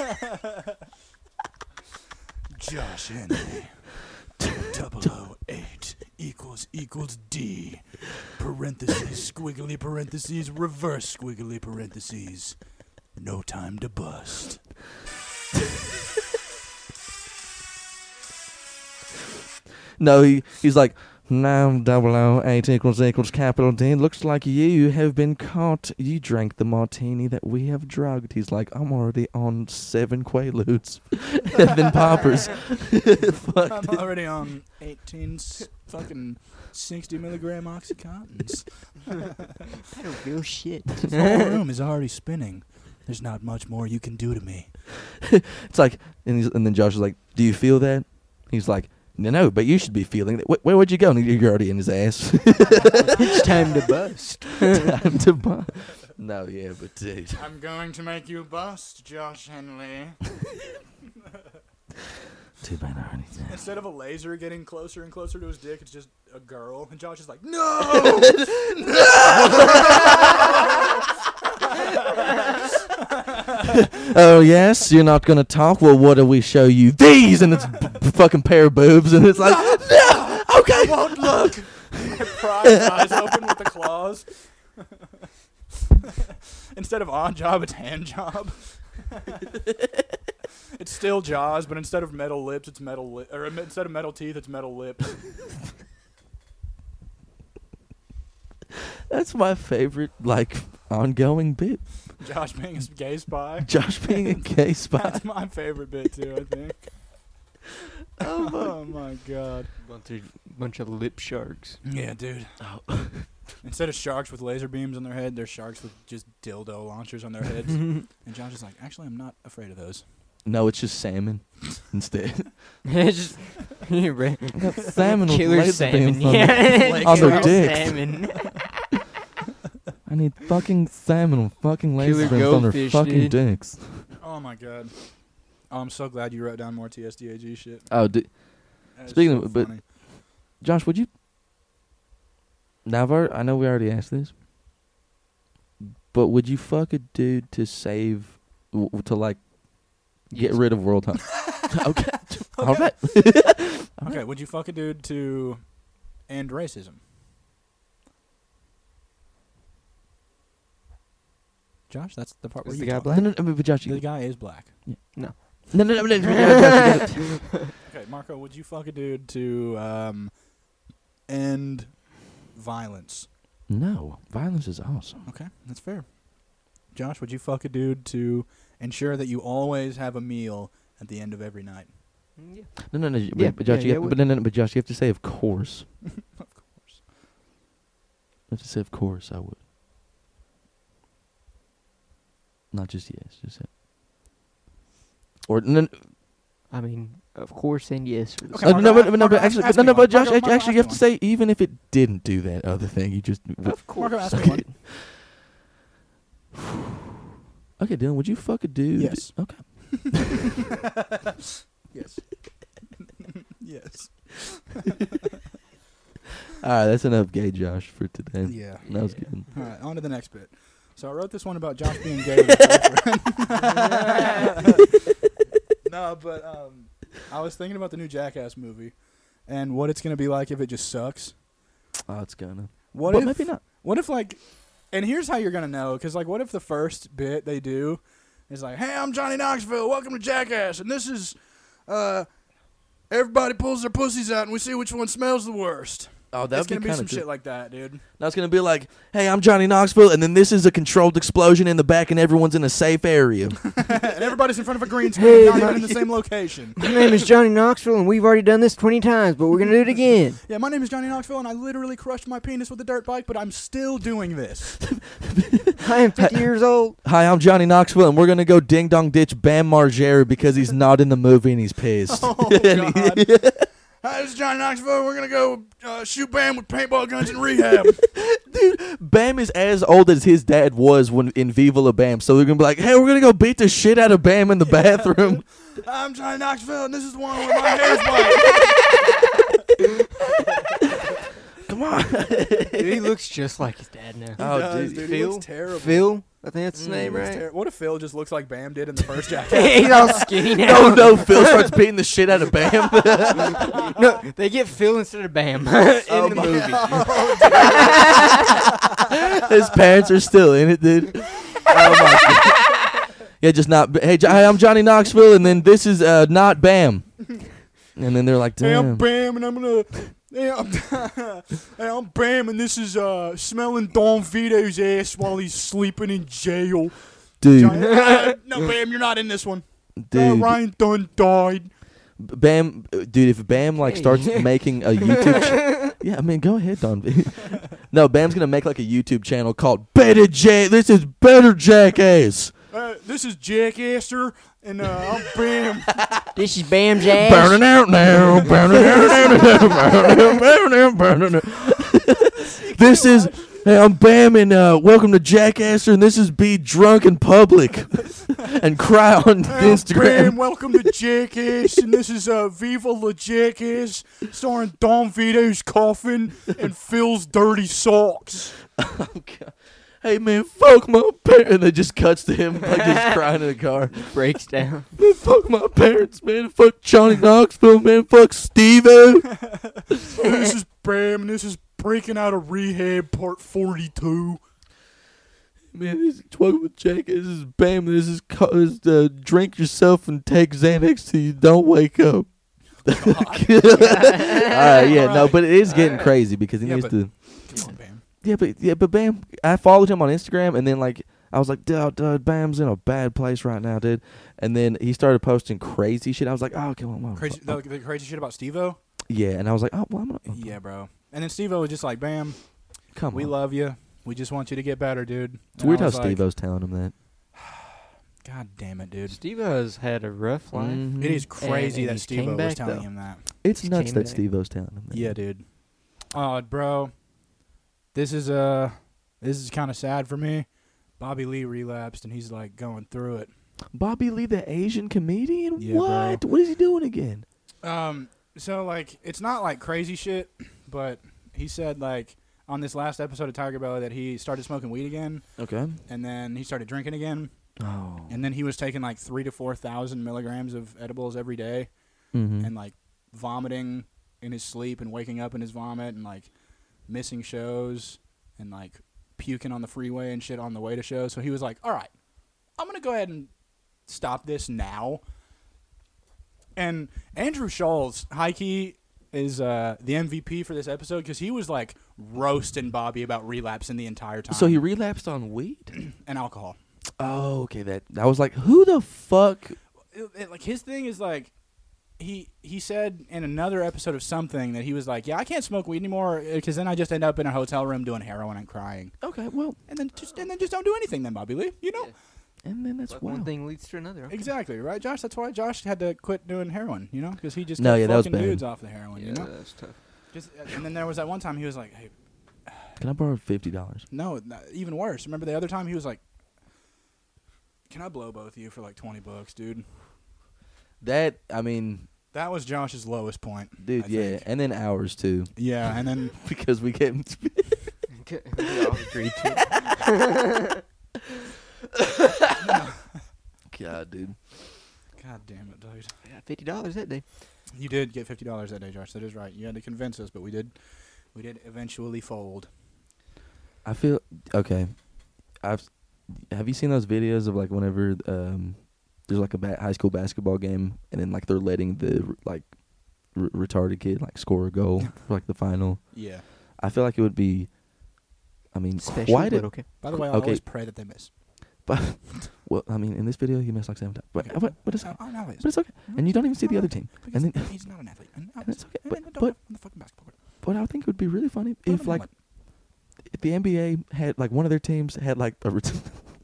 Speaker 1: to do? Josh Henry. 008 equals equals D. Parentheses, squiggly parentheses, reverse squiggly parentheses. No time to bust.
Speaker 2: No, he, he's like, now 008 equals equals capital D. Looks like you have been caught. You drank the martini that we have drugged. He's like, I'm already on seven Quaaludes and then poppers. Fuck.
Speaker 1: I'm already on 18 s- fucking 60 milligram Oxycontins.
Speaker 4: I don't feel shit.
Speaker 1: The whole room is already spinning. There's not much more you can do to me.
Speaker 2: It's like, and, he's, and then Josh is like, do you feel that? He's like, no, no, but you should be feeling that. Where, where would you go? And you're already in his ass.
Speaker 4: it's time to bust.
Speaker 2: Time to buy. No, yeah, but dude.
Speaker 1: I'm going to make you bust, Josh Henley.
Speaker 2: Too bad I already did.
Speaker 1: Instead of a laser getting closer and closer to his dick, it's just a girl. And Josh is like, no!
Speaker 2: Oh yes, you're not gonna talk. Well, what do we show you? These, and it's b- b- fucking pair of boobs, and it's like, no, okay, won't look.
Speaker 1: Prize eyes open with the claws. instead of odd job, it's hand job. it's still Jaws, but instead of metal lips, it's metal li- or instead of metal teeth, it's metal lips.
Speaker 2: That's my favorite, like, ongoing bit.
Speaker 1: Josh being a gay spy.
Speaker 2: Josh being a gay spy.
Speaker 1: That's my favorite bit too. I think. oh my god.
Speaker 4: Going through bunch of lip sharks.
Speaker 1: Yeah, dude.
Speaker 2: Oh.
Speaker 1: Instead of sharks with laser beams on their head, they're sharks with just dildo launchers on their heads. and Josh is like, actually, I'm not afraid of those.
Speaker 2: No, it's just salmon instead.
Speaker 4: it's just Right.
Speaker 2: I got salmon with
Speaker 4: killer
Speaker 2: laser
Speaker 4: salmon.
Speaker 2: beams on it.
Speaker 4: Yeah,
Speaker 2: on their
Speaker 4: killer
Speaker 2: dicks.
Speaker 4: salmon.
Speaker 2: I need fucking salmon with fucking laser
Speaker 4: Killer
Speaker 2: beams on their
Speaker 4: goldfish,
Speaker 2: fucking
Speaker 4: dude.
Speaker 2: dicks.
Speaker 1: Oh my god. Oh, I'm so glad you wrote down more TSDAG shit.
Speaker 2: Oh, d-
Speaker 1: That is
Speaker 2: Speaking
Speaker 1: so
Speaker 2: of- but-
Speaker 1: funny.
Speaker 2: Josh, would you? Now, I've alre- I know we already asked this, but would you fuck a dude to save, w- to like get
Speaker 4: Yes.
Speaker 2: rid of world hunger? okay. all right.
Speaker 1: okay, would you fuck a dude to end racism? Josh, that's the part
Speaker 4: Is
Speaker 1: where
Speaker 4: the
Speaker 1: you
Speaker 4: guy
Speaker 1: talk.
Speaker 2: No, no, no, but Josh,
Speaker 1: The
Speaker 2: you,
Speaker 1: guy is black.
Speaker 2: no, no, no, no, no, no, Josh, you gotta-
Speaker 1: Okay, Marco, would you fuck a dude to um, end violence?
Speaker 2: no. Violence is awesome.
Speaker 1: Okay, that's fair. Josh, would you fuck a dude to ensure that you always have a meal at the end of every night?
Speaker 4: Yeah.
Speaker 2: No, no, no. But,
Speaker 4: Yeah,
Speaker 2: but Josh,
Speaker 4: yeah,
Speaker 2: you
Speaker 4: yeah,
Speaker 2: have,
Speaker 4: we-
Speaker 2: but no, no, no, but Josh, you have to say, of course.
Speaker 1: of course.
Speaker 2: You have to say, of course, I would. Not just yes, just it. Or no, no,
Speaker 4: I mean, of course and yes. are the
Speaker 1: Okay,
Speaker 2: Uh,
Speaker 4: same.
Speaker 1: Marco,
Speaker 2: no,
Speaker 1: a-
Speaker 2: but, no,
Speaker 1: Marco,
Speaker 2: but actually,
Speaker 1: ask
Speaker 2: no,
Speaker 1: me
Speaker 2: no,
Speaker 1: one.
Speaker 2: but Josh,
Speaker 1: Marco,
Speaker 2: actually,
Speaker 1: Marco,
Speaker 2: actually, you have to
Speaker 1: ask
Speaker 2: say even if it didn't do that other thing, you just w-
Speaker 4: Of course.
Speaker 1: Marco, ask me one.
Speaker 2: okay, Dylan. Would you fuck a dude?
Speaker 1: Yes.
Speaker 2: Okay.
Speaker 1: yes. yes.
Speaker 2: All right, that's enough, gay Josh, for today.
Speaker 1: Yeah.
Speaker 2: That was good.
Speaker 1: All right, on to the next bit. So I wrote this one about Josh being gay. with his girlfriend. no, but um, I was thinking about the new Jackass movie and what it's gonna be like if it just sucks.
Speaker 2: Oh, it's gonna.
Speaker 1: What
Speaker 2: but
Speaker 1: if?
Speaker 2: maybe not.
Speaker 1: What if like? And here's how you're gonna know, because like, what if the first bit they do is like, "Hey, I'm Johnny Knoxville. Welcome to Jackass, and this is, uh, everybody pulls their pussies out, and we see which one smells the worst."
Speaker 2: Oh,
Speaker 1: That's gonna be,
Speaker 2: kinda
Speaker 1: some
Speaker 2: cool.
Speaker 1: shit like that, dude.
Speaker 2: Now it's gonna be like, hey, I'm Johnny Knoxville, and then this is a controlled explosion in the back, and everyone's in a safe area.
Speaker 1: and everybody's in front of a green screen,
Speaker 3: Hey,
Speaker 1: not even
Speaker 3: my-
Speaker 1: in the same location.
Speaker 3: My name is Johnny Knoxville, and we've already done this 20 times, but we're going to do it again.
Speaker 1: Yeah, my name is Johnny Knoxville, and I literally crushed my penis with a dirt bike, but I'm still doing this.
Speaker 3: I am 50 years old.
Speaker 2: Hi, I'm Johnny Knoxville, and we're gonna go ding dong ditch Bam Margera because he's not in the movie and he's pissed.
Speaker 1: Oh, God. Hi, this is Johnny Knoxville. We're gonna go uh, shoot bam with paintball guns in rehab.
Speaker 2: Bam is as old as his dad was when in Viva La Bam, so they're gonna be like, "Hey, we're gonna go beat the shit out of Bam in the bathroom."
Speaker 1: I'm Johnny Knoxville, and this is the one where my hair's black.
Speaker 2: Come on,
Speaker 4: Dude, he looks just like his dad now. Mm,
Speaker 2: Oh, dude.
Speaker 1: He
Speaker 4: Phil?
Speaker 1: looks terrible.
Speaker 4: Phil, I think that's his
Speaker 1: He
Speaker 4: name,
Speaker 1: looks
Speaker 4: right?
Speaker 1: ter- what if Phil just looks like Bam did in the first jacket?
Speaker 4: He's all skinny now.
Speaker 2: no, no, Phil starts beating the shit out of Bam.
Speaker 4: No, Oh, they get Phil instead of Bam in the movie.
Speaker 2: his parents are still in it, dude. Oh my God. Yeah, just not. Hey, Jo- hi, I'm Johnny Knoxville, and then this is uh, not Bam. And then they're like,
Speaker 1: hey, I'm
Speaker 2: "Damn."
Speaker 1: Bam, and I'm gonna. Hey, I'm, hey, I'm Bam, and this is uh, smelling Don Vito's ass while he's sleeping in jail.
Speaker 2: dude,
Speaker 1: Johnny, uh, no, Bam, you're not in this one. Uh,
Speaker 2: dude,
Speaker 1: Ryan Dunn died.
Speaker 2: Bam, dude, if Bam like
Speaker 4: Hey.
Speaker 2: starts making a YouTube, ch- yeah, I mean, go ahead, Don. B. no, Bam's gonna make like a YouTube channel called Better Jack. This is Better Jackass.
Speaker 1: Uh, this is Jack Astor, and uh, I'm Bam.
Speaker 4: This is Bam's
Speaker 2: Burning out now, burning out now, burning out, burning out, burning out. This is. Hey, I'm Bam, and uh, welcome to Jackasser, and this is be drunk in public and cry on
Speaker 1: Hey, I'm Bam,
Speaker 2: Instagram.
Speaker 1: welcome to Jackass, and this is uh, Viva La Jackass, starring Don Vito's coffin and Phil's dirty socks. Oh,
Speaker 2: Hey man, fuck my parents, and they just cuts to him like just crying in the car.
Speaker 4: breaks down.
Speaker 2: Man, fuck my parents, man. Fuck Johnny Knoxville, man. Fuck Steve-O.
Speaker 1: this is Bam, and this is Breaking Out of Rehab, part 42.
Speaker 2: Man, this is Twelve with Jack. This is Bam. This is, co- this is uh, drink yourself and take Xanax till you don't wake up. All right, yeah, no, but it is getting crazy because he
Speaker 1: Yeah,
Speaker 2: needs
Speaker 1: but-
Speaker 2: to.
Speaker 1: Come on, Bam.
Speaker 2: Yeah, but yeah, but Bam, I followed him on Instagram, and then like I was like, dude, uh, dude, Bam's in a bad place right now, dude. And then he started posting crazy shit. I was like, oh, come on,
Speaker 1: Crazy, the, the crazy shit about Steve-O?
Speaker 2: Yeah, and I was like, oh, well, I'm gonna,
Speaker 1: Yeah, bro. And then Steve O was just like, "Bam,
Speaker 2: come
Speaker 1: we
Speaker 2: on.
Speaker 1: love you. We just want you to get better, dude."
Speaker 2: Oh,
Speaker 1: And
Speaker 2: it's
Speaker 1: I
Speaker 2: weird how
Speaker 1: was like,
Speaker 2: Steve O's telling him that.
Speaker 1: God damn it,
Speaker 2: Mm-hmm.
Speaker 1: dude.
Speaker 4: Steve has had a rough life.
Speaker 2: Mhm.
Speaker 1: It is crazy
Speaker 4: and
Speaker 1: that
Speaker 4: he's
Speaker 1: Steve
Speaker 4: came
Speaker 1: O was
Speaker 4: back,
Speaker 1: telling
Speaker 4: though.
Speaker 1: him that.
Speaker 2: It's
Speaker 4: He's
Speaker 2: nuts
Speaker 4: came
Speaker 2: that
Speaker 4: back.
Speaker 2: Steve O's telling him that.
Speaker 1: Yeah, dude. Oh, bro. This is uh this is kind of sad for me. Bobby Lee relapsed and he's like going through it.
Speaker 2: Bobby Lee, the Asian comedian.
Speaker 1: Yeah, bro.
Speaker 2: what? What is he doing again?
Speaker 1: Um so like it's not like crazy shit, but he said like on this last episode of Tiger Belly that he started smoking weed again
Speaker 2: Okay.
Speaker 1: and then he started drinking again
Speaker 2: Oh.
Speaker 1: and then he was taking like 3 to 4,000 milligrams of edibles every day
Speaker 2: Mhm.
Speaker 1: and like vomiting in his sleep and waking up in his vomit and like missing shows and like puking on the freeway and shit on the way to shows. So he was like, "All right, I'm gonna go ahead and stop this now." And Andrew Scholes, Heike is uh, the MVP for this episode because he was like roasting Bobby about relapsing the entire time.
Speaker 2: so he relapsed on weed.
Speaker 1: and alcohol.
Speaker 2: oh, okay. That I was like, who the fuck?
Speaker 1: it- it- like his thing is like he he said in another episode of something that he was like, yeah, I can't smoke weed anymore because then I just end up in a hotel room doing heroin and crying,
Speaker 2: Okay, well,
Speaker 1: and then just and then just don't do anything then, Bobby Lee. You know
Speaker 4: Yeah.
Speaker 2: and then that's
Speaker 4: Like,
Speaker 2: wild.
Speaker 4: One thing leads to another. okay.
Speaker 1: exactly right, Josh. That's why Josh had to quit doing heroin. You know because he just
Speaker 2: No,
Speaker 1: kept
Speaker 2: yeah, that was
Speaker 1: fucking
Speaker 2: bad.
Speaker 1: dudes off the heroin. You
Speaker 4: Yeah,
Speaker 1: know,
Speaker 4: that's tough.
Speaker 1: just uh, and then there was that one time he was like, hey,
Speaker 2: Can I borrow fifty dollars?
Speaker 1: no, not, even worse. Remember the other time he was like. Can I blow both of you for like twenty bucks, dude?
Speaker 2: That I mean,
Speaker 1: That was Josh's lowest point.
Speaker 2: dude,
Speaker 1: I
Speaker 2: yeah,
Speaker 1: think.
Speaker 2: and then ours too,
Speaker 1: Yeah, and then
Speaker 2: because we kept.
Speaker 4: Okay, we all agreed to it.
Speaker 2: God, dude.
Speaker 1: God damn it, dude.
Speaker 4: I got fifty dollars that day.
Speaker 1: You did get fifty dollars that day, Josh. That is right. You had to convince us, but we did. We did eventually fold.
Speaker 2: I feel okay. I've have you seen those videos of like whenever um there's like a ba- high school basketball game and then like they're letting the like r- retarded kid like score a goal for like the final.
Speaker 1: Yeah.
Speaker 2: I feel like it would be. I mean,
Speaker 4: Special,
Speaker 2: quite
Speaker 4: but
Speaker 2: a,
Speaker 4: okay.
Speaker 1: By the way, I
Speaker 2: Okay.
Speaker 1: always pray that they miss.
Speaker 2: but well, I mean, in this video he missed like seven times, but
Speaker 1: Okay.
Speaker 2: but, but it's
Speaker 1: Oh,
Speaker 2: but
Speaker 1: oh, no, it's,
Speaker 2: it's okay, and you don't even see the other team.
Speaker 1: because
Speaker 2: and then-
Speaker 1: he's not an athlete. And, oh,
Speaker 2: and it's okay,
Speaker 1: and-
Speaker 2: but-
Speaker 1: and don't
Speaker 2: but-
Speaker 1: have the fucking basketball. court.
Speaker 2: But I think it would be really funny
Speaker 1: Put him
Speaker 2: if
Speaker 1: in
Speaker 2: like
Speaker 1: one.
Speaker 2: if the NBA had like one of their teams had like a ret-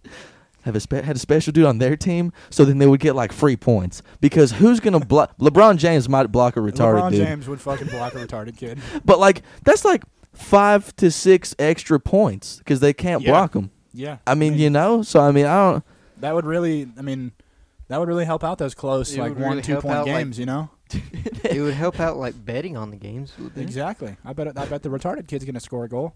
Speaker 2: have a spe- had a special dude on their team, so then they would get like free points because who's gonna block? LeBron James might block a retarded
Speaker 1: LeBron
Speaker 2: dude,
Speaker 1: James would fucking block a retarded kid.
Speaker 2: but like that's like five to six extra points because they can't
Speaker 1: Yeah.
Speaker 2: block 'em. block them.
Speaker 1: Yeah.
Speaker 2: I mean, you know, so I mean, I don't.
Speaker 1: that would really. I mean, that would really help out those close
Speaker 4: It
Speaker 1: like
Speaker 4: would
Speaker 1: one
Speaker 4: really
Speaker 1: two
Speaker 4: help
Speaker 1: point
Speaker 4: out, like-
Speaker 1: games. you know.
Speaker 4: it would help out like betting on the games. Would it?
Speaker 1: Exactly. I bet. I bet the retarded kid's gonna score a goal.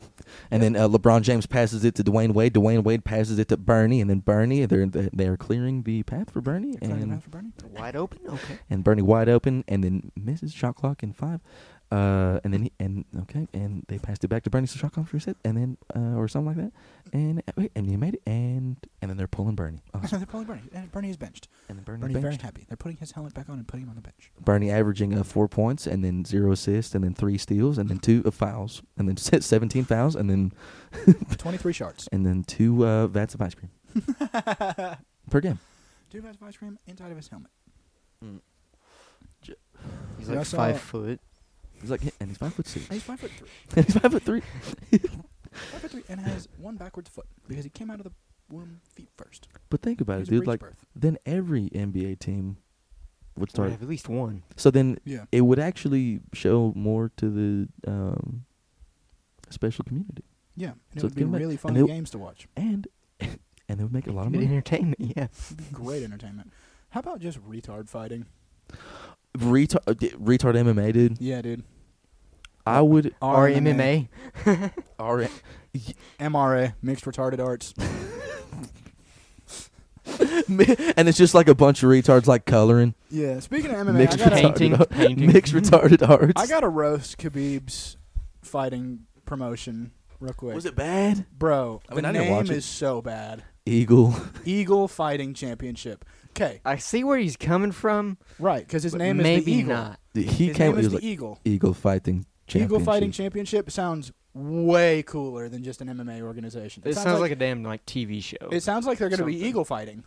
Speaker 2: And then uh, LeBron James passes it to Dwayne Wade. Dwayne Wade passes it to Bernie, and then Bernie they're they are clearing the path for Bernie,
Speaker 1: Trying to
Speaker 2: and
Speaker 1: match for Bernie.
Speaker 4: Wide open. Okay.
Speaker 2: and Bernie wide open, and then misses shot clock in five, uh, and then he and okay, and they passed it back to Bernie, so shot clock reset, and then uh, or something like that, and uh, wait, and he made it, and and then they're pulling Bernie, awesome.
Speaker 1: They're pulling Bernie. And Bernie is benched.
Speaker 2: and then Bernie
Speaker 1: Bernie's very
Speaker 2: benched.
Speaker 1: happy. They're putting his helmet back on and putting him on the bench.
Speaker 2: Bernie averaging uh, four points, and then zero assists, and then three steals, and then two uh, fouls, and then se- seventeen fouls, and then
Speaker 1: Twenty three shards.
Speaker 2: and then two uh, vats of ice cream per game.
Speaker 1: Two bags of ice cream inside of his helmet.
Speaker 4: He's
Speaker 1: Yeah, I
Speaker 4: like
Speaker 1: saw-
Speaker 4: five foot.
Speaker 2: He's like, and he's five foot six,
Speaker 1: He's five foot three.
Speaker 2: and he's five foot three.
Speaker 1: Five foot three and has one backwards foot because he came out of the womb feet first.
Speaker 2: But think
Speaker 1: He
Speaker 2: about it,
Speaker 1: was a
Speaker 2: dude.
Speaker 1: breech
Speaker 2: Like,
Speaker 1: birth.
Speaker 2: then every NBA team would
Speaker 4: Would
Speaker 2: start.
Speaker 4: have at least one.
Speaker 2: So then
Speaker 1: yeah,
Speaker 2: it would actually show more to the um, special community,
Speaker 1: yeah. And it
Speaker 2: So
Speaker 1: would be
Speaker 2: give him a-
Speaker 1: really
Speaker 2: and
Speaker 1: fun
Speaker 2: it-
Speaker 1: games to watch.
Speaker 2: and and they would make a lot of
Speaker 1: Hmm?
Speaker 4: Good
Speaker 2: money.
Speaker 4: entertainment. Yeah.
Speaker 1: It'd be great entertainment. How about just retard fighting?
Speaker 2: Retard, retard MMA, dude.
Speaker 1: Yeah, dude.
Speaker 2: I would
Speaker 4: Or MMA.
Speaker 2: R.
Speaker 1: MRA, mixed retarded arts.
Speaker 2: and it's just like a bunch of retards like coloring,
Speaker 1: Yeah. Speaking of MMA, I
Speaker 2: mixed
Speaker 1: got, a,
Speaker 4: Painting,
Speaker 2: retarded,
Speaker 4: painting.
Speaker 2: mixed retarded arts.
Speaker 1: I got a roast Khabib's fighting promotion real quick.
Speaker 2: Was it bad?
Speaker 1: Bro,
Speaker 2: I mean,
Speaker 1: the
Speaker 2: I didn't
Speaker 1: name
Speaker 2: watch it.
Speaker 1: is so bad.
Speaker 2: Eagle.
Speaker 1: Eagle Fighting Championship. Okay,
Speaker 4: I see where he's coming from.
Speaker 1: right, because his
Speaker 4: but
Speaker 1: name
Speaker 4: maybe
Speaker 1: is the Eagle.
Speaker 4: not.
Speaker 2: He
Speaker 1: his name
Speaker 2: came. He
Speaker 1: is
Speaker 2: was
Speaker 1: the
Speaker 2: like
Speaker 1: Eagle.
Speaker 2: Eagle fighting.
Speaker 1: Eagle Fighting
Speaker 2: Championship.
Speaker 1: Championship sounds way cooler than just an MMA organization.
Speaker 4: It sounds like, a damn like TV show.
Speaker 1: it sounds like they're going to be
Speaker 4: something.
Speaker 1: eagle fighting. It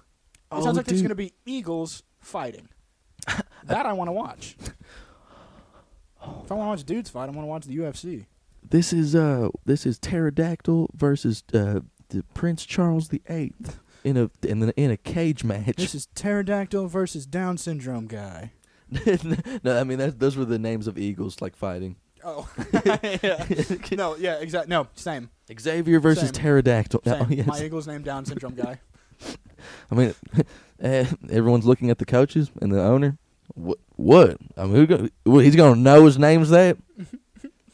Speaker 2: Oh,
Speaker 1: sounds like there's
Speaker 2: dude.
Speaker 1: going to be eagles fighting. that I want to watch. If I want to watch dudes fight, I want to watch the UFC.
Speaker 2: This is uh this is pterodactyl versus uh the Prince Charles the Eighth in a in a, in a cage match.
Speaker 1: This is pterodactyl versus Down syndrome guy.
Speaker 2: no, I mean that those were the names of eagles like fighting.
Speaker 1: Oh, no, yeah, exactly. No, same.
Speaker 2: Xavier versus
Speaker 1: Same.
Speaker 2: pterodactyl.
Speaker 1: same.
Speaker 2: No, yes.
Speaker 1: My Eagles named Down syndrome guy.
Speaker 2: I mean, eh, everyone's looking at the coaches and the owner. What? What? I mean, who go, what, he's gonna know his name's that?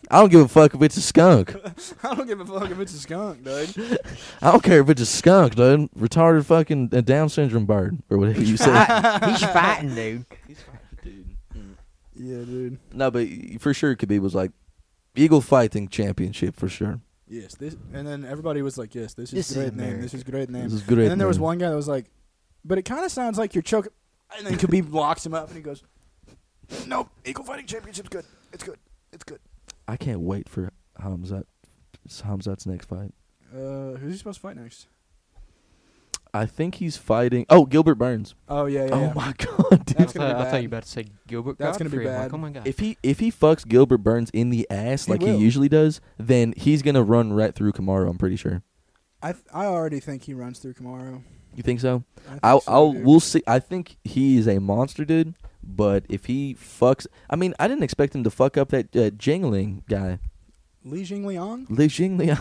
Speaker 2: I don't give a fuck if it's a skunk.
Speaker 1: I don't give a fuck if it's a skunk, dude.
Speaker 2: I don't care if it's a skunk, dude. Retarded fucking uh, Down syndrome bird or whatever you said.
Speaker 4: He's fighting, dude.
Speaker 1: Yeah, dude.
Speaker 2: no, but for sure, Khabib was like Eagle fighting championship for sure.
Speaker 1: Yes, this, and then everybody was like, "Yes, this is
Speaker 4: This is
Speaker 1: great name. This
Speaker 4: America.
Speaker 1: is great name."
Speaker 2: This is great.
Speaker 1: and then there was
Speaker 2: man.
Speaker 1: one guy that was like, "But it kind of sounds like you're choking." And then Khabib locks him up, and he goes, "Nope, Eagle Fighting Championship's good. It's good. It's good."
Speaker 2: I can't wait for Hamzat. Hamzat's next fight.
Speaker 1: Uh, who's he supposed to fight next?
Speaker 2: I think he's fighting. Oh, Gilbert Burns.
Speaker 1: Oh yeah, yeah.
Speaker 2: Oh
Speaker 1: yeah.
Speaker 2: my god, dude.
Speaker 1: That's gonna
Speaker 4: I thought-
Speaker 1: be
Speaker 4: I
Speaker 1: bad.
Speaker 4: thought you were about to say Gilbert
Speaker 1: That's gonna be
Speaker 4: Godfrey. I'm
Speaker 1: bad.
Speaker 4: Like, oh my god.
Speaker 2: If he if he fucks Gilbert Burns in the ass
Speaker 1: He
Speaker 2: like
Speaker 1: will.
Speaker 2: he usually does, then he's gonna run right through Kamara. I'm pretty sure.
Speaker 1: I th- I already think he runs through Camaro.
Speaker 2: You think so?
Speaker 1: I think
Speaker 2: I'll
Speaker 1: so,
Speaker 2: I'll
Speaker 1: dude.
Speaker 2: we'll see. I think he is a monster, dude. But if he fucks, I mean, I didn't expect him to fuck up that uh, Jingling guy,
Speaker 1: Li Jingliang.
Speaker 2: Li Jing Liang.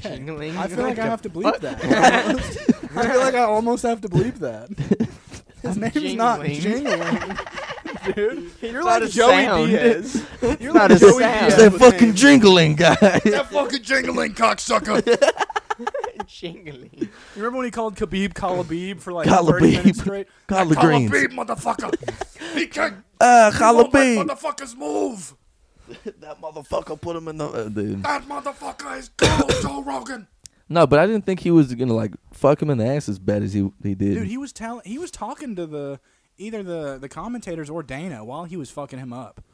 Speaker 4: Jingling.
Speaker 1: I feel like I have to bleep that. I feel like I almost have to bleep that. His name's not
Speaker 4: Jingling.
Speaker 1: Jingling. Dude, you're like
Speaker 4: not a
Speaker 1: Joey
Speaker 4: sound.
Speaker 1: Diaz. You're
Speaker 4: not
Speaker 1: like
Speaker 4: a
Speaker 1: Joey
Speaker 4: sound.
Speaker 1: Diaz.
Speaker 2: that
Speaker 1: with
Speaker 2: fucking
Speaker 1: names.
Speaker 2: Jingling guy.
Speaker 1: that fucking jingling cocksucker.
Speaker 4: Jingling.
Speaker 1: You remember when he called Khabib Khalabib for like
Speaker 2: Khabib.
Speaker 1: 30 minutes straight?
Speaker 2: Collard greens.
Speaker 1: motherfucker. he can't.
Speaker 2: Uh, jalapeno.
Speaker 1: motherfuckers move.
Speaker 2: That motherfucker put him in the uh, dude.
Speaker 1: That motherfucker is cold, Joe Rogan.
Speaker 2: No, but I didn't think he was gonna like fuck him in the ass as bad as he he did.
Speaker 1: Dude, he was tell- he was talking to the either the the commentators or Dana while he was fucking him up.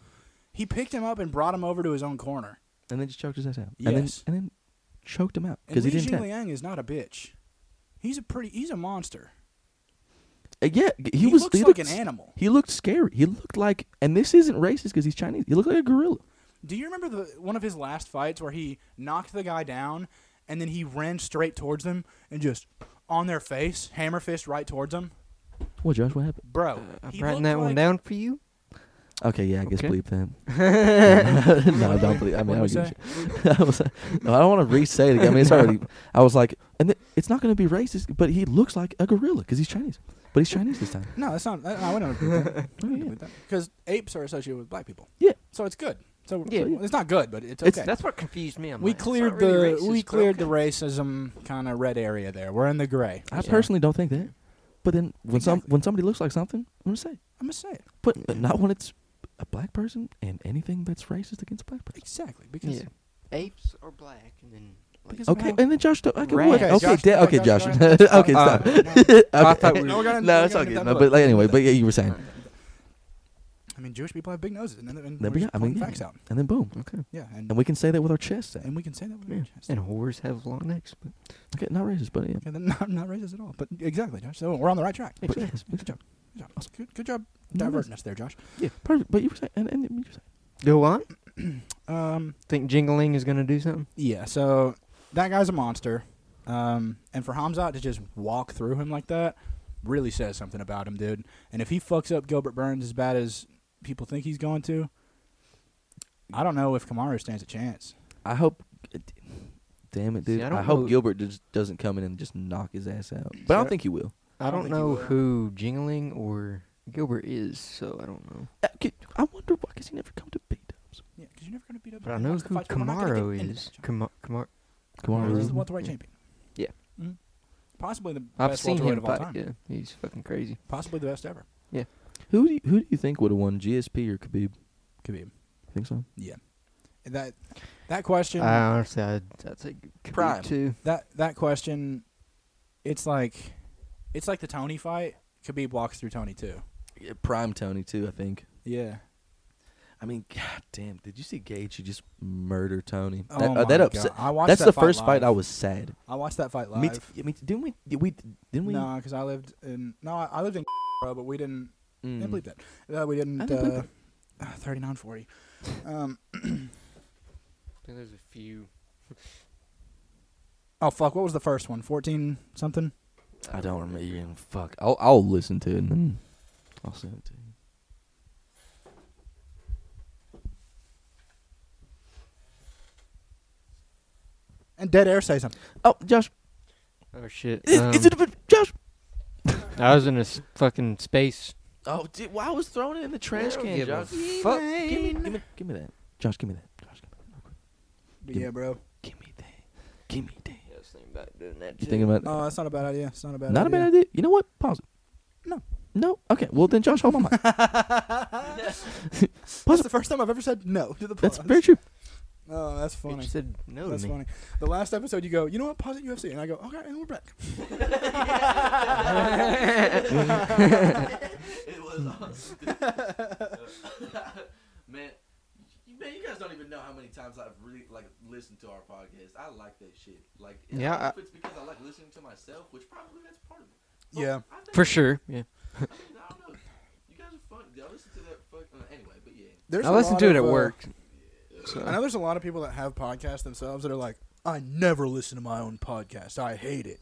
Speaker 1: He picked him up and brought him over to his own corner.
Speaker 2: and then just choked his ass out.
Speaker 1: Yes.
Speaker 2: And then, and then choked him out
Speaker 1: And
Speaker 2: because
Speaker 1: Li
Speaker 2: he didn't. tap.
Speaker 1: Jingliang is not a bitch. He's a pretty. He's a monster.
Speaker 2: Uh, yeah, g- he,
Speaker 1: He,
Speaker 2: was.
Speaker 1: looks
Speaker 2: he
Speaker 1: like
Speaker 2: looked,
Speaker 1: an animal.
Speaker 2: He looked scary. He looked like, and this isn't racist because he's Chinese. He looked like a gorilla.
Speaker 1: Do you remember the one of his last fights where he knocked the guy down and then he ran straight towards them and just on their face, hammer fist right towards them?
Speaker 2: Well, Josh, what happened?
Speaker 1: Bro,
Speaker 4: I'm
Speaker 1: he
Speaker 4: writing
Speaker 1: looked
Speaker 4: Uh, that one
Speaker 1: like-
Speaker 4: down for you.
Speaker 2: Okay, yeah, I guess
Speaker 4: Okay.
Speaker 2: believe that. no, don't believe. I mean, I
Speaker 1: What'd
Speaker 2: was.
Speaker 1: we
Speaker 2: I was like, no, I don't want to re-say it. Again. I mean, it's already. I was like, and th- it's not going to be racist, but he looks like a gorilla because he's Chinese. But he's Chinese this time.
Speaker 1: No, that's not. That, no, I wouldn't agree with that.
Speaker 2: Oh, yeah.
Speaker 1: Because apes are associated with black people.
Speaker 2: Yeah.
Speaker 1: So it's good. So
Speaker 4: Yeah.
Speaker 1: it's not good, but it's okay.
Speaker 4: It's, that's what confused me. I'm
Speaker 1: we
Speaker 4: like, it's not
Speaker 1: cleared the
Speaker 4: really racist,
Speaker 1: we
Speaker 4: but
Speaker 1: cleared
Speaker 4: okay.
Speaker 1: the racism kind of red area there. We're in the gray.
Speaker 2: I
Speaker 4: Yeah.
Speaker 2: personally don't think that. But then when some
Speaker 1: Exactly.
Speaker 2: when somebody looks like something, I'm gonna say.
Speaker 1: I'm gonna say it
Speaker 2: But but not when it's a black person and anything that's racist against a black person.
Speaker 1: exactly because
Speaker 4: Yeah. apes are black, and then like,
Speaker 1: Because-
Speaker 2: Okay,
Speaker 1: Well,
Speaker 2: and then Josh. don't- Okay,
Speaker 4: Right.
Speaker 2: what?
Speaker 4: Okay,
Speaker 2: okay,
Speaker 1: Josh,
Speaker 2: da-
Speaker 1: no,
Speaker 2: okay,
Speaker 1: Josh,
Speaker 2: Josh.
Speaker 1: go ahead.
Speaker 2: okay,
Speaker 4: Uh,
Speaker 2: stop.
Speaker 4: no.
Speaker 2: okay.
Speaker 4: I thought we were.
Speaker 1: we're gonna-
Speaker 2: no,
Speaker 1: we're
Speaker 2: it's
Speaker 1: gonna
Speaker 2: okay.
Speaker 1: get
Speaker 2: No,
Speaker 1: that
Speaker 2: but like,
Speaker 1: book.
Speaker 2: anyway, but yeah, you were saying.
Speaker 1: I mean Jewish people have big noses and then and
Speaker 2: There
Speaker 1: we're
Speaker 2: we go.
Speaker 1: just
Speaker 2: I mean,
Speaker 1: pointing
Speaker 2: yeah.
Speaker 1: facts out.
Speaker 2: And then boom. Okay.
Speaker 1: Yeah, and
Speaker 2: And we can say that with our chests. out.
Speaker 1: and we can say that with
Speaker 4: Yeah.
Speaker 1: our chest.
Speaker 4: And whores have long necks. But
Speaker 2: Okay, not racist, but yeah.
Speaker 1: Okay, then not, not racist at all. But exactly, Josh. So we're on the right track.
Speaker 2: But
Speaker 1: Good
Speaker 2: yes,
Speaker 1: job. Good job. Good, good job
Speaker 2: No,
Speaker 1: diverting us there, Josh.
Speaker 2: yeah, perfect. But you were saying, and, and you were saying.
Speaker 4: go on.
Speaker 1: Um,
Speaker 4: Think Jingling is gonna do something?
Speaker 1: yeah, so that guy's a monster. Um, and for Hamzat to just walk through him like that really says something about him, dude. And if he fucks up Gilbert Burns as bad as people think he's going to, I don't know if Kamaru stands a chance.
Speaker 2: I hope. uh, Damn it,
Speaker 4: See,
Speaker 2: dude!
Speaker 4: I
Speaker 2: I,
Speaker 4: don't
Speaker 2: hope
Speaker 4: know-
Speaker 2: Gilbert just doesn't come in and just knock his ass out. But I don't
Speaker 1: I-
Speaker 2: think he will.
Speaker 4: I
Speaker 1: don't
Speaker 4: don't
Speaker 1: think he
Speaker 4: know
Speaker 1: will.
Speaker 4: who Jingling or Gilbert is, so I don't know.
Speaker 2: Uh, okay, I wonder why because he never come to B Dubs.
Speaker 1: Yeah, because you're never going to beat up.
Speaker 4: But I
Speaker 1: and
Speaker 4: know
Speaker 1: watch the
Speaker 4: who
Speaker 1: fights, but we're not gonna get
Speaker 4: Camaro
Speaker 1: into
Speaker 4: is.
Speaker 1: that, Josh.
Speaker 4: Kamar. Kamar-
Speaker 2: Come
Speaker 1: He's the
Speaker 4: Kamaru.
Speaker 2: on,
Speaker 1: welterweight
Speaker 4: Yeah.
Speaker 1: champion.
Speaker 4: Yeah.
Speaker 1: Mhm. Possibly the
Speaker 4: I've
Speaker 1: best
Speaker 4: seen
Speaker 1: welterweight
Speaker 4: him
Speaker 1: of all
Speaker 4: fight.
Speaker 1: time.
Speaker 4: Yeah, he's fucking crazy.
Speaker 1: Possibly the best ever.
Speaker 2: who do you, who do you think would have won, GSP or Khabib?
Speaker 1: Khabib.
Speaker 2: Think so?
Speaker 1: That that question.
Speaker 4: I honestly, I'd, I'd say Khabib
Speaker 2: Prime.
Speaker 4: too.
Speaker 1: that that question. It's like, it's like the Tony fight. Khabib walks through Tony too.
Speaker 2: Yeah, prime Tony too, I think.
Speaker 1: Yeah.
Speaker 2: I mean, god damn! Did you see Gage just murder Tony?
Speaker 1: Oh
Speaker 2: that, uh,
Speaker 1: my
Speaker 2: that
Speaker 1: God.
Speaker 2: upset.
Speaker 1: I watched
Speaker 2: That's
Speaker 1: that
Speaker 2: the
Speaker 1: fight
Speaker 2: first fight
Speaker 1: live.
Speaker 2: I was sad.
Speaker 1: I watched that fight live.
Speaker 2: Me, t- yeah, me t- didn't we? did We didn't we?
Speaker 1: No, because I lived in no, I, I lived in, but we didn't.
Speaker 2: Mm.
Speaker 1: Didn't believe that. Uh, we didn't.
Speaker 2: I didn't believe
Speaker 1: uh, Thirty nine forty. Um,
Speaker 4: I think there's a few.
Speaker 1: oh fuck, what was the first one? Fourteen something.
Speaker 2: I don't remember. even- Fuck. I'll I'll listen to it and then I'll send it to you.
Speaker 1: And Dead Air say something.
Speaker 2: Oh, Josh.
Speaker 4: Oh shit!
Speaker 2: Is,
Speaker 4: um,
Speaker 2: is it a bit- Josh?
Speaker 4: I was in a s- fucking space.
Speaker 2: Oh, dude, well, I was throwing it in the trash
Speaker 4: don't
Speaker 2: can,
Speaker 4: give a
Speaker 2: Josh.
Speaker 4: fuck.
Speaker 2: Give me, give me, give me that. Josh, give me that. Josh, give me that. real quick.
Speaker 1: Yeah, bro.
Speaker 2: Give me that. Give me that.
Speaker 4: I was thinking about doing that
Speaker 2: You thinking about?
Speaker 1: Oh, that's not a bad idea. It's not a bad.
Speaker 2: not a
Speaker 1: idea.
Speaker 2: bad idea. You know what? Pause. it.
Speaker 1: No.
Speaker 2: No. Okay. Well, then, Josh, hold my mic.
Speaker 1: That's the first time I've ever said no to the pause.
Speaker 2: That's very true.
Speaker 1: Oh, that's funny.
Speaker 4: said no
Speaker 1: That's
Speaker 4: to me.
Speaker 1: funny. The last episode, you go, you know what? Pause at UFC, and I go, okay, and we're back.
Speaker 2: It was awesome. man, you, man, you guys don't even know how many times I've really like listened to our podcast. I like that shit. Like, I don't
Speaker 4: Yeah,
Speaker 2: know
Speaker 4: I-
Speaker 2: if it's because I like listening to myself, which probably that's part of it. Oh,
Speaker 1: Yeah.
Speaker 2: I think-
Speaker 4: For sure. Yeah.
Speaker 2: I, mean, I don't know. You guys are fun. I listen to that. Fuck, uh, anyway, but yeah.
Speaker 1: There's
Speaker 4: I
Speaker 1: a
Speaker 4: listened
Speaker 1: lot
Speaker 4: to it
Speaker 1: of,
Speaker 4: at
Speaker 1: uh,
Speaker 4: work.
Speaker 1: I know there's a lot of people that have podcasts themselves that are like, I never listen to my own podcast. I hate it.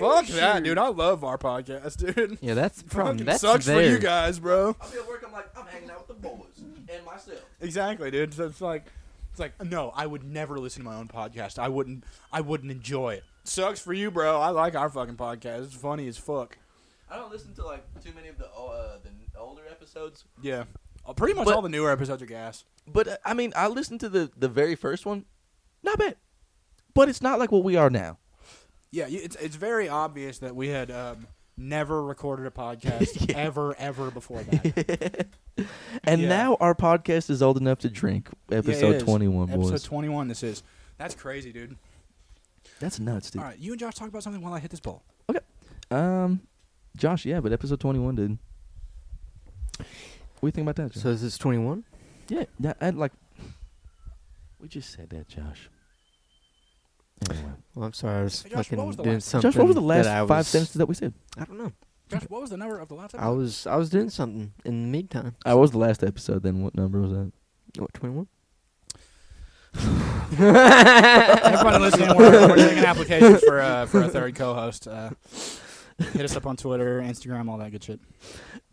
Speaker 1: Fuck that, dude. I love our podcast, dude.
Speaker 4: Yeah, that's the problem.
Speaker 1: Fucking
Speaker 4: That's
Speaker 1: sucks
Speaker 4: there.
Speaker 1: for you guys, bro.
Speaker 2: I'll be at work. I'm like, I'm hanging out with the boys and myself.
Speaker 1: Exactly, dude. So it's like, it's like, no, I would never listen to my own podcast. I wouldn't. I wouldn't enjoy it. Sucks for you, bro. I like our fucking podcast. It's funny as fuck.
Speaker 2: I don't listen to like too many of the uh, the older episodes.
Speaker 1: Yeah. Uh, Pretty much
Speaker 2: But-
Speaker 1: all the newer episodes are gas.
Speaker 2: But uh, I mean, I listened to the the very first one. Not bad, but it's not like what we are now.
Speaker 1: Yeah, you- it's it's very obvious that we had um, never recorded a podcast ever ever before that.
Speaker 2: And
Speaker 1: Yeah.
Speaker 2: now our podcast is old enough to drink. Episode
Speaker 1: Yeah, it is.
Speaker 2: twenty one, boys.
Speaker 1: Episode twenty one. This is that's crazy, dude.
Speaker 2: That's nuts, dude.
Speaker 1: All right, you and Josh talk about something while I hit this ball.
Speaker 2: Um, Josh, yeah, but episode twenty one, dude. What do you think about that? Josh?
Speaker 4: So is this 21?
Speaker 2: yeah, yeah, I like. We just said that, Josh. Anyway,
Speaker 4: Well, I'm sorry. I was
Speaker 1: Hey, Josh, what
Speaker 4: fucking
Speaker 1: was the
Speaker 4: doing
Speaker 1: last-
Speaker 4: something.
Speaker 2: Josh, what were the
Speaker 4: that
Speaker 2: last
Speaker 4: I
Speaker 2: five
Speaker 4: was-
Speaker 2: sentences that we said?
Speaker 4: I don't know.
Speaker 1: Josh, what was the number of the last?
Speaker 4: I
Speaker 1: Episode?
Speaker 4: was I was doing something in the meantime.
Speaker 2: I was the last episode. Then what number was that?
Speaker 4: What 21?
Speaker 1: Everybody listening, we're, we're taking applications for uh, for a third co-host. Uh, hit us up on Twitter, Instagram, all that good shit.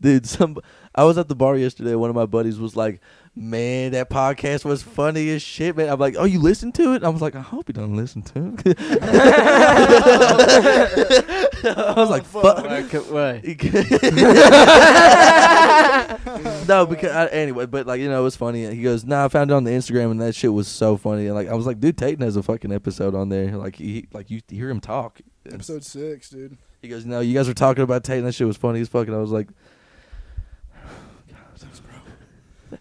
Speaker 2: Dude, some I was at the bar yesterday. One of my buddies was like, "Man, that podcast was funny as shit, man." I'm like, "Oh, you listened to it?" I was like, "I hope you don't listen to it." I was like, "Fuck."
Speaker 4: Like, uh, what?
Speaker 2: no, because I, anyway, but like you know, it was funny. He goes, "Nah, I found it on the Instagram, and that shit was so funny." And like, I was like, "Dude, Tayton has a fucking episode on there. Like, he like you hear him talk."
Speaker 1: six, dude.
Speaker 2: He goes, "No, you guys were talking about Tate, and that shit was funny as fuck." And I was like,
Speaker 1: Thanks, bro.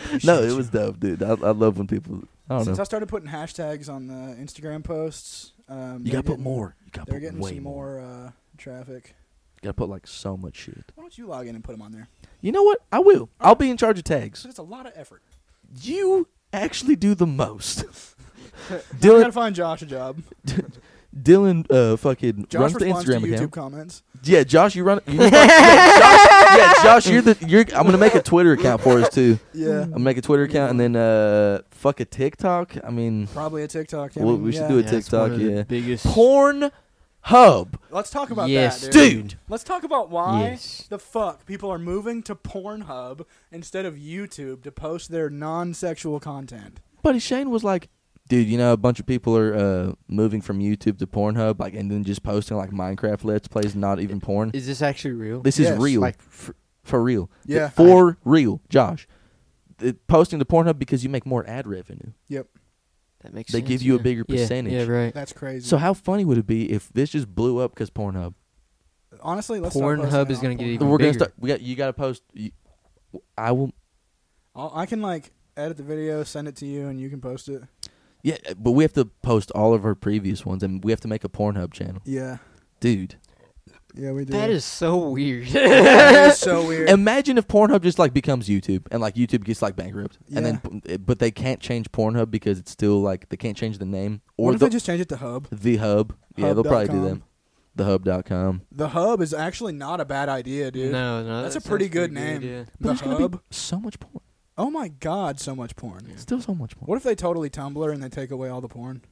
Speaker 1: Thanks.
Speaker 2: "No, it was dope, dude. I, I love when people. I don't
Speaker 1: Since
Speaker 2: know.
Speaker 1: I started putting hashtags on the Instagram posts, um,
Speaker 2: You
Speaker 1: they're
Speaker 2: gotta put
Speaker 1: getting-
Speaker 2: more. You gotta
Speaker 1: They're
Speaker 2: put
Speaker 1: getting
Speaker 2: way
Speaker 1: some
Speaker 2: more.
Speaker 1: more uh, traffic.
Speaker 2: You gotta put like so much shit.
Speaker 1: Why don't you log in and put them on there?
Speaker 2: You know what? I will. I'll be in charge of tags.
Speaker 1: Because it's a lot of effort.
Speaker 2: You actually do the most.
Speaker 1: I gotta
Speaker 2: Dylan,
Speaker 1: find Josh a job.
Speaker 2: Dylan, uh, fucking
Speaker 1: Josh
Speaker 2: runs the
Speaker 1: responds
Speaker 2: Instagram
Speaker 1: to YouTube
Speaker 2: account.
Speaker 1: comments.
Speaker 2: Yeah, Josh, you run. You run yeah, Josh, yeah, Josh, you're the. You're. I'm gonna make a Twitter account for us too.
Speaker 1: Yeah.
Speaker 2: I'm gonna make a Twitter account and then uh, fuck a TikTok. I mean,
Speaker 1: Probably a TikTok. I
Speaker 2: Well,
Speaker 1: mean,
Speaker 2: we should
Speaker 1: yeah.
Speaker 2: do it.
Speaker 4: Yeah, it's
Speaker 2: TikTok,
Speaker 4: one of
Speaker 2: yeah.
Speaker 4: The biggest
Speaker 2: Porn Hub.
Speaker 1: Let's talk about
Speaker 4: yes,
Speaker 1: that, dude.
Speaker 2: Dude.
Speaker 1: Let's talk about why
Speaker 4: Yes.
Speaker 1: the fuck people are moving to Pornhub instead of YouTube to post their non-sexual content.
Speaker 2: Buddy Shane was like, dude, you know, a bunch of people are uh, moving from YouTube to Pornhub, like, and then just posting like Minecraft Let's Plays, not even porn.
Speaker 4: Is this actually real?
Speaker 2: This
Speaker 1: Yes.
Speaker 2: is real,
Speaker 4: Like, fr-
Speaker 2: for real,
Speaker 1: Yeah.
Speaker 2: for real, Josh. The- posting to Pornhub because you make more ad revenue.
Speaker 1: Yep,
Speaker 4: that makes
Speaker 2: They
Speaker 4: sense,
Speaker 2: give you a
Speaker 4: yeah.
Speaker 2: bigger
Speaker 4: Yeah,
Speaker 2: percentage.
Speaker 4: Yeah, right.
Speaker 1: that's crazy.
Speaker 2: So how funny would it be if this just blew up because Pornhub?
Speaker 1: honestly, let's
Speaker 4: Pornhub is
Speaker 1: going
Speaker 4: gonna
Speaker 1: to
Speaker 4: get even-
Speaker 2: We're gonna
Speaker 4: bigger.
Speaker 2: start. We got. You got to post. You, I will.
Speaker 1: I can like edit the video, send it to you, and you can post it.
Speaker 2: Yeah, but we have to post all of our previous ones, and we have to make a Pornhub channel,
Speaker 1: Yeah,
Speaker 2: dude.
Speaker 1: yeah, we do.
Speaker 4: That is so weird.
Speaker 1: That is so weird.
Speaker 2: Imagine if Pornhub just like becomes YouTube and like YouTube gets like bankrupt and then eh, but they can't change Pornhub because it's still like they can't change the name
Speaker 1: what
Speaker 2: or
Speaker 1: if
Speaker 2: the,
Speaker 1: they just change it to Hub?
Speaker 2: the hub. Yeah, they'll probably do them. The hub.com.
Speaker 1: The Hub is actually not a bad idea, dude.
Speaker 4: No, no,
Speaker 1: That's
Speaker 4: that
Speaker 1: a pretty
Speaker 4: sounds
Speaker 1: good
Speaker 4: pretty
Speaker 1: name.
Speaker 4: yeah.
Speaker 2: But
Speaker 1: The
Speaker 2: there's gonna
Speaker 1: Hub.
Speaker 2: be so much porn.
Speaker 1: Oh my god, so much porn.
Speaker 2: Still so much more.
Speaker 1: What if they totally Tumblr and they take away all the porn?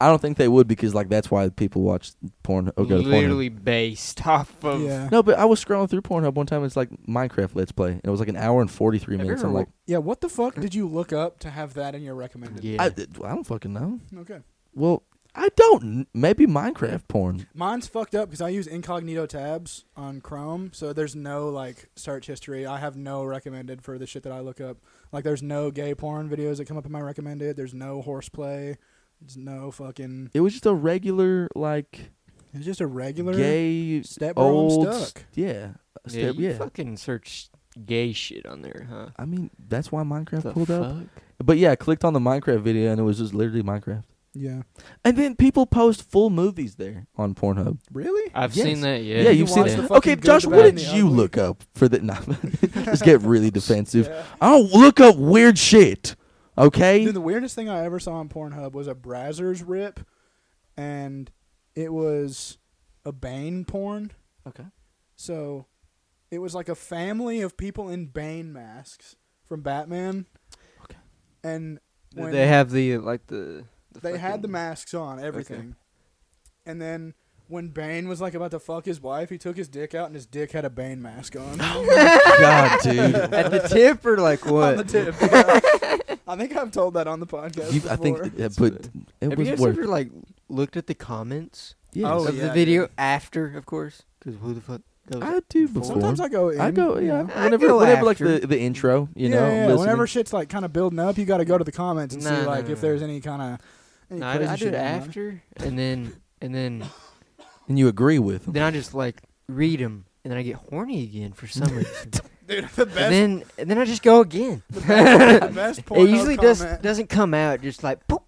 Speaker 2: I don't think they would because like that's why people watch porn or go to Pornhub.
Speaker 4: Literally based off of.
Speaker 1: yeah.
Speaker 2: No, but I was scrolling through Pornhub one time. It's like Minecraft Let's Play, and it was like an hour and forty three
Speaker 4: Have you
Speaker 2: minutes.
Speaker 4: ever
Speaker 2: I'm like,
Speaker 1: Yeah, what the fuck did you look up to have that in your recommended?
Speaker 4: Yeah.
Speaker 2: I, I don't fucking know.
Speaker 1: Okay.
Speaker 2: Well, I don't. kn- Maybe Minecraft porn.
Speaker 1: Mine's fucked up because I use incognito tabs on Chrome, so there's no like search history. I have no recommended for the shit that I look up. Like, there's no gay porn videos that come up in my recommended. There's no horseplay. There's no fucking.
Speaker 2: It was just a regular like
Speaker 1: It's just a regular
Speaker 2: gay
Speaker 1: step
Speaker 2: old.
Speaker 1: bro. I'm
Speaker 2: s-
Speaker 1: stuck.
Speaker 2: Yeah. a
Speaker 4: yeah,
Speaker 2: Step,
Speaker 4: you
Speaker 2: yeah.
Speaker 4: fucking search gay shit on there, huh?
Speaker 2: I mean, that's why Minecraft
Speaker 4: The
Speaker 2: pulled up.
Speaker 4: fuck?
Speaker 2: But yeah, I clicked on the Minecraft video and it was just literally Minecraft.
Speaker 1: Yeah.
Speaker 2: And then people post full movies there on Pornhub.
Speaker 1: Really?
Speaker 4: I've
Speaker 2: Yes.
Speaker 4: seen that. Yeah,
Speaker 2: Yeah, you've seen
Speaker 1: watch
Speaker 2: it.
Speaker 1: the
Speaker 2: Okay,
Speaker 1: fucking good,
Speaker 2: Josh,
Speaker 1: the
Speaker 2: what
Speaker 1: bad, and
Speaker 2: did
Speaker 1: the
Speaker 2: you
Speaker 1: ugly.
Speaker 2: look up for the? Nah, just get really defensive.
Speaker 1: Yeah.
Speaker 2: I don't look up weird shit. Okay.
Speaker 1: Dude, the weirdest thing I ever saw on Pornhub was a Brazzers rip, and it was a Bane porn.
Speaker 2: Okay.
Speaker 1: So it was like a family of people in Bane masks from Batman.
Speaker 2: Okay.
Speaker 1: And
Speaker 4: Did
Speaker 1: when
Speaker 4: they have the like the. the
Speaker 1: they had the
Speaker 4: fucking-
Speaker 1: masks on, everything. And then when Bane was like about to fuck his wife, he took his dick out and his dick had a Bane mask on.
Speaker 2: God, dude.
Speaker 4: at the tip or like
Speaker 1: on
Speaker 4: what?
Speaker 1: the tip. yeah. I think I've told that on the podcast.
Speaker 2: You, I think,
Speaker 1: before.
Speaker 2: uh, but it
Speaker 4: have you
Speaker 2: was
Speaker 4: guys
Speaker 2: worth.
Speaker 4: ever like looked at the comments
Speaker 2: Yes.
Speaker 1: Oh,
Speaker 4: of
Speaker 1: yeah,
Speaker 4: the
Speaker 1: dude.
Speaker 4: video after, of course? Because who the fuck? goes-
Speaker 2: I do before.
Speaker 1: sometimes I go in.
Speaker 2: I go,
Speaker 1: you
Speaker 2: yeah.
Speaker 1: know.
Speaker 4: I
Speaker 2: Whenever,
Speaker 4: go
Speaker 2: whenever like
Speaker 4: after.
Speaker 2: the, the intro,
Speaker 1: yeah,
Speaker 2: you know,
Speaker 1: yeah,
Speaker 2: listening.
Speaker 1: whenever shit's like kind of building up, you got to go to the comments and
Speaker 4: Nah,
Speaker 1: see
Speaker 4: nah,
Speaker 1: like
Speaker 4: nah,
Speaker 1: if
Speaker 4: nah.
Speaker 1: there's any kind of any
Speaker 4: No, I,
Speaker 1: crazy
Speaker 4: I
Speaker 1: shit
Speaker 4: did it
Speaker 1: going on.
Speaker 4: after, and then and then
Speaker 2: and you agree with them.
Speaker 4: then I just like read them, and then I get horny again for some reason.
Speaker 1: Dude, the best,
Speaker 4: and then and then I just go again.
Speaker 1: the best, the best
Speaker 4: it
Speaker 1: Pornhub
Speaker 4: usually
Speaker 1: comment.
Speaker 4: does doesn't come out just like poop.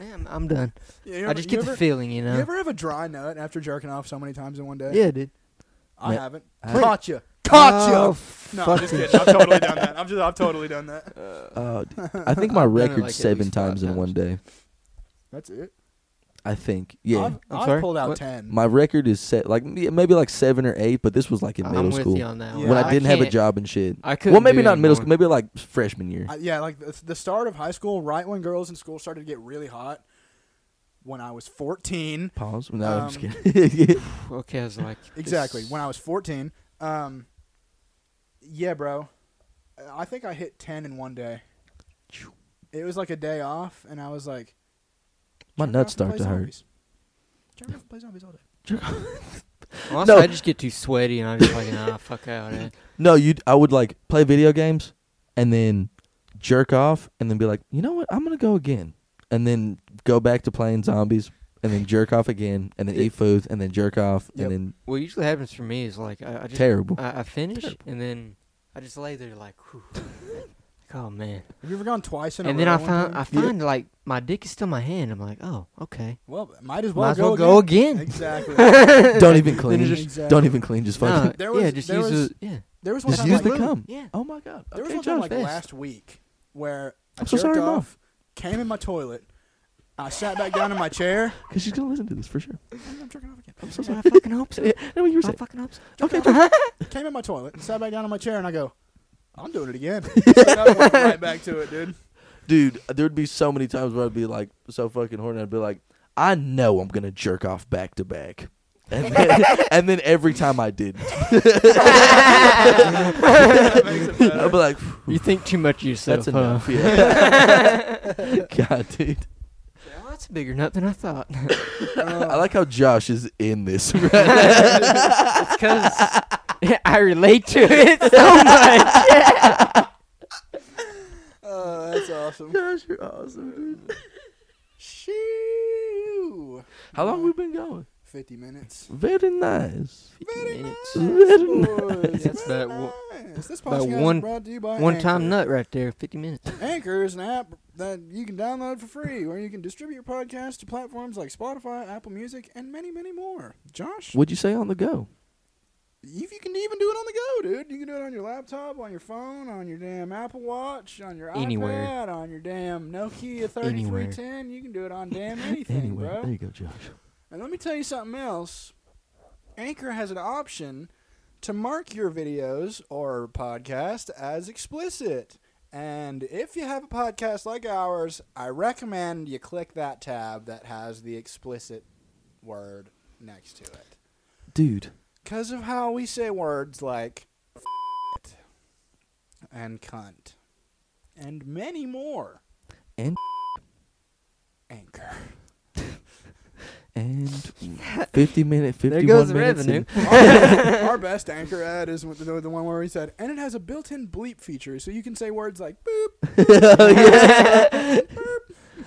Speaker 4: I'm, I'm done.
Speaker 1: Yeah, you
Speaker 4: I
Speaker 1: ever-
Speaker 4: just
Speaker 1: you
Speaker 4: get the
Speaker 1: ever-
Speaker 4: feeling, you know.
Speaker 1: You ever have a dry nut after jerking off so many times in one day?
Speaker 4: yeah, dude.
Speaker 1: I
Speaker 2: Yeah.
Speaker 1: haven't.
Speaker 2: I-
Speaker 1: Caught you. Caught you.
Speaker 4: Oh,
Speaker 1: no, I'm just kidding. I've totally done that. I've just, I've totally done that.
Speaker 2: Uh, d- I think my
Speaker 4: I've done it,
Speaker 2: record
Speaker 4: like, at
Speaker 2: seven
Speaker 4: least five
Speaker 2: times in
Speaker 4: times.
Speaker 2: one day.
Speaker 1: That's it.
Speaker 2: I think. Yeah.
Speaker 1: I've,
Speaker 4: I'm
Speaker 1: I've
Speaker 4: sorry?
Speaker 1: pulled out
Speaker 4: What?
Speaker 1: ten.
Speaker 2: my record is set like m- maybe like seven or eight, but this was like in middle
Speaker 4: I'm
Speaker 2: school
Speaker 4: with you on that.
Speaker 1: Yeah.
Speaker 4: one.
Speaker 2: when I, didn't have a
Speaker 4: can't-
Speaker 2: job and shit.
Speaker 4: I could.
Speaker 2: Well, maybe not middle school, maybe like freshman year.
Speaker 1: I, yeah, like the, the start of high school, right when girls in school started to get really hot. When I was 14,
Speaker 2: Pause. No, I'm just
Speaker 1: Um,
Speaker 2: kidding.
Speaker 4: Okay, I was like
Speaker 1: Exactly.
Speaker 4: this-
Speaker 1: When I was 14. Um, yeah, bro. I think I hit 10 in one day. It was like a day off, and I was like.
Speaker 2: my
Speaker 1: "Jerk
Speaker 2: nuts
Speaker 1: off and
Speaker 2: start
Speaker 1: play
Speaker 2: to hurt.
Speaker 1: zombies." Jerk off and play zombies all day.
Speaker 4: Honestly,
Speaker 2: No.
Speaker 4: I just get too sweaty, and I'm just like, nah, fuck out. eh.
Speaker 2: No, you. I would like play video games and then jerk off and then be like, you know what? I'm gonna go again and then go back to playing zombies and then jerk off again and then eat food and then jerk off
Speaker 1: Yep.
Speaker 2: and then
Speaker 4: What usually happens for me is like I, I just
Speaker 2: terrible.
Speaker 4: I, I finish and then I just lay there like, whew. like oh man.
Speaker 1: Have you ever gone twice in a
Speaker 4: And then
Speaker 1: row
Speaker 4: I
Speaker 1: one
Speaker 4: find
Speaker 1: time?
Speaker 4: I find like my dick is still in my hand. I'm like, oh okay,
Speaker 1: Well, might as well
Speaker 4: might as
Speaker 1: go
Speaker 4: well go
Speaker 1: again.
Speaker 4: again.
Speaker 1: Exactly.
Speaker 2: Don't even clean.
Speaker 4: you
Speaker 2: Just,
Speaker 1: exactly.
Speaker 2: Don't even clean. Just fucking.
Speaker 4: No,
Speaker 1: There was-
Speaker 4: yeah, just
Speaker 1: there
Speaker 4: use
Speaker 1: was-
Speaker 4: the- yeah.
Speaker 1: There was one
Speaker 2: Just
Speaker 1: time,
Speaker 2: use
Speaker 1: like,
Speaker 2: the cum.
Speaker 4: Yeah.
Speaker 2: Oh my god.
Speaker 1: There was
Speaker 2: Okay,
Speaker 1: one time
Speaker 2: Josh,
Speaker 1: like
Speaker 2: fast.
Speaker 1: last week where I
Speaker 2: I'm so
Speaker 1: jerked
Speaker 2: sorry, Mom.
Speaker 1: off, came in my toilet, I sat back down in my chair.
Speaker 2: Cause she's gonna listen to this for sure.
Speaker 1: I'm jerking off again.
Speaker 2: I'm so
Speaker 4: That's
Speaker 2: sorry.
Speaker 4: what I fucking hope so.
Speaker 2: Yeah, no, you were
Speaker 4: I
Speaker 2: saying.
Speaker 4: fucking hope so.
Speaker 2: Okay,
Speaker 1: Uh-huh. Came in my toilet, sat back down in my chair, and I go, I'm doing it again. so I went right back to it, dude.
Speaker 2: dude, there'd be so many times where I'd be like so fucking horny. I'd be like, I know I'm gonna jerk off back to back, and then, and then every time I did,
Speaker 1: That makes it better.
Speaker 2: I'd be like,
Speaker 4: You think too much of yourself.
Speaker 2: that's enough.
Speaker 4: huh?
Speaker 2: Yeah. God, dude,
Speaker 4: Well, that's a bigger nut than I thought.
Speaker 1: Uh.
Speaker 2: I like how Josh is in this.
Speaker 4: Because I relate to it so much.
Speaker 1: Oh, that's awesome.
Speaker 2: Josh, you're awesome, dude.
Speaker 1: Shoo.
Speaker 2: How long we been going?
Speaker 1: 50 minutes.
Speaker 2: Very nice.
Speaker 1: Very
Speaker 4: minutes.
Speaker 1: nice,
Speaker 2: Very nice.
Speaker 1: boys.
Speaker 4: That's
Speaker 1: Very
Speaker 4: that wo-
Speaker 1: nice. This
Speaker 4: that
Speaker 1: podcast is
Speaker 4: one-
Speaker 1: brought to you by
Speaker 4: One time
Speaker 1: Anchor.
Speaker 4: nut right there, 50 minutes.
Speaker 1: Anchor is an app that you can download for free, where you can distribute your podcast to platforms like Spotify, Apple Music, and many, many more. Josh,
Speaker 2: What'd you say on the go?
Speaker 1: if you can even do it on the go, dude, you can do it on your laptop, on your phone, on your damn Apple Watch, on your
Speaker 4: Anywhere.
Speaker 1: iPad, on your damn Nokia
Speaker 4: Anywhere.
Speaker 1: 3310. You can do it on damn anything,
Speaker 2: Anyway,
Speaker 1: bro.
Speaker 2: there you go, Josh.
Speaker 1: And let me tell you something else. Anchor has an option to mark your videos or podcast as explicit. And if you have a podcast like ours, I recommend you click that tab that has the explicit word next to it.
Speaker 2: Dude,
Speaker 1: Because of how we say words like f- it, and cunt and many more.
Speaker 2: And
Speaker 1: Anchor.
Speaker 2: and 50 minute, 51
Speaker 5: There goes the
Speaker 2: minutes.
Speaker 5: revenue.
Speaker 2: in.
Speaker 1: our, our best anchor ad is with the, the one where we said, and it has a built in bleep feature, so you can say words like boop.
Speaker 2: oh, yeah.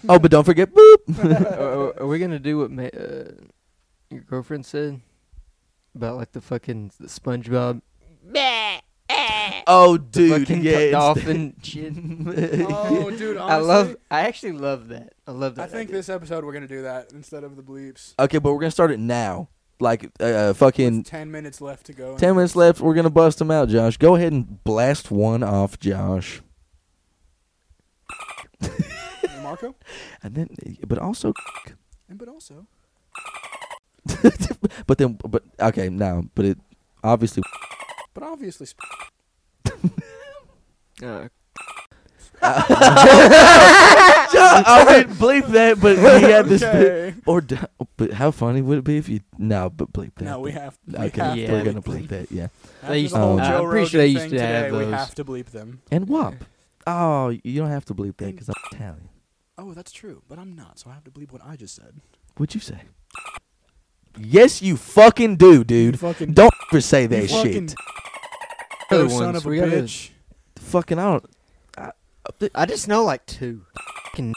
Speaker 2: oh, but don't forget boop.
Speaker 4: are, are- are we gonna do what ma- uh, your girlfriend said about like the fucking the SpongeBob
Speaker 2: Oh,
Speaker 4: the
Speaker 2: dude,
Speaker 4: fucking
Speaker 2: yeah. it's-
Speaker 4: dolphin shit?
Speaker 1: Oh, dude, honestly,
Speaker 4: I love. I actually love that. I love that.
Speaker 1: I think
Speaker 4: idea.
Speaker 1: this episode we're gonna do that instead of the bleeps.
Speaker 2: Okay, but we're gonna start it now. Like, uh, uh, fucking
Speaker 1: Ten minutes left to go.
Speaker 2: ten minutes left. We're gonna bust them out, Josh. Go ahead and blast one off, Josh.
Speaker 1: And Marco,
Speaker 2: And then, but also,
Speaker 1: and but also,
Speaker 2: but then, but okay, no, but it obviously.
Speaker 1: but obviously, sp-
Speaker 4: Uh,
Speaker 2: I would bleep that, but he had this. bit-
Speaker 1: okay.
Speaker 2: Or, d- but how funny would it be if you? No, but bleep that.
Speaker 1: No, we have. We
Speaker 2: Okay,
Speaker 1: have
Speaker 4: Yeah,
Speaker 2: we're
Speaker 4: we
Speaker 2: gonna
Speaker 1: bleep.
Speaker 2: bleep that. Yeah.
Speaker 1: After
Speaker 4: They used
Speaker 1: the
Speaker 2: to-
Speaker 1: whole
Speaker 2: I'm
Speaker 1: Joe
Speaker 4: Oh, pretty
Speaker 1: Rogan
Speaker 4: sure they used
Speaker 1: thing
Speaker 4: to have
Speaker 1: today, we
Speaker 4: those.
Speaker 1: have to bleep them.
Speaker 2: And WAP. Oh, you don't have to bleep that because I'm Italian.
Speaker 1: Oh, that's true, but I'm not, so I have to bleep what I just said.
Speaker 2: What'd you say? Yes, you fucking do,
Speaker 1: You
Speaker 2: dude.
Speaker 1: fucking
Speaker 2: Don't ever say
Speaker 1: you
Speaker 2: that
Speaker 1: fucking
Speaker 2: shit.
Speaker 1: Oh,
Speaker 4: other
Speaker 1: son
Speaker 4: ones,
Speaker 1: of a
Speaker 4: we gotta-
Speaker 1: bitch.
Speaker 2: Fucking, I don't.
Speaker 4: I just know like two. Fucking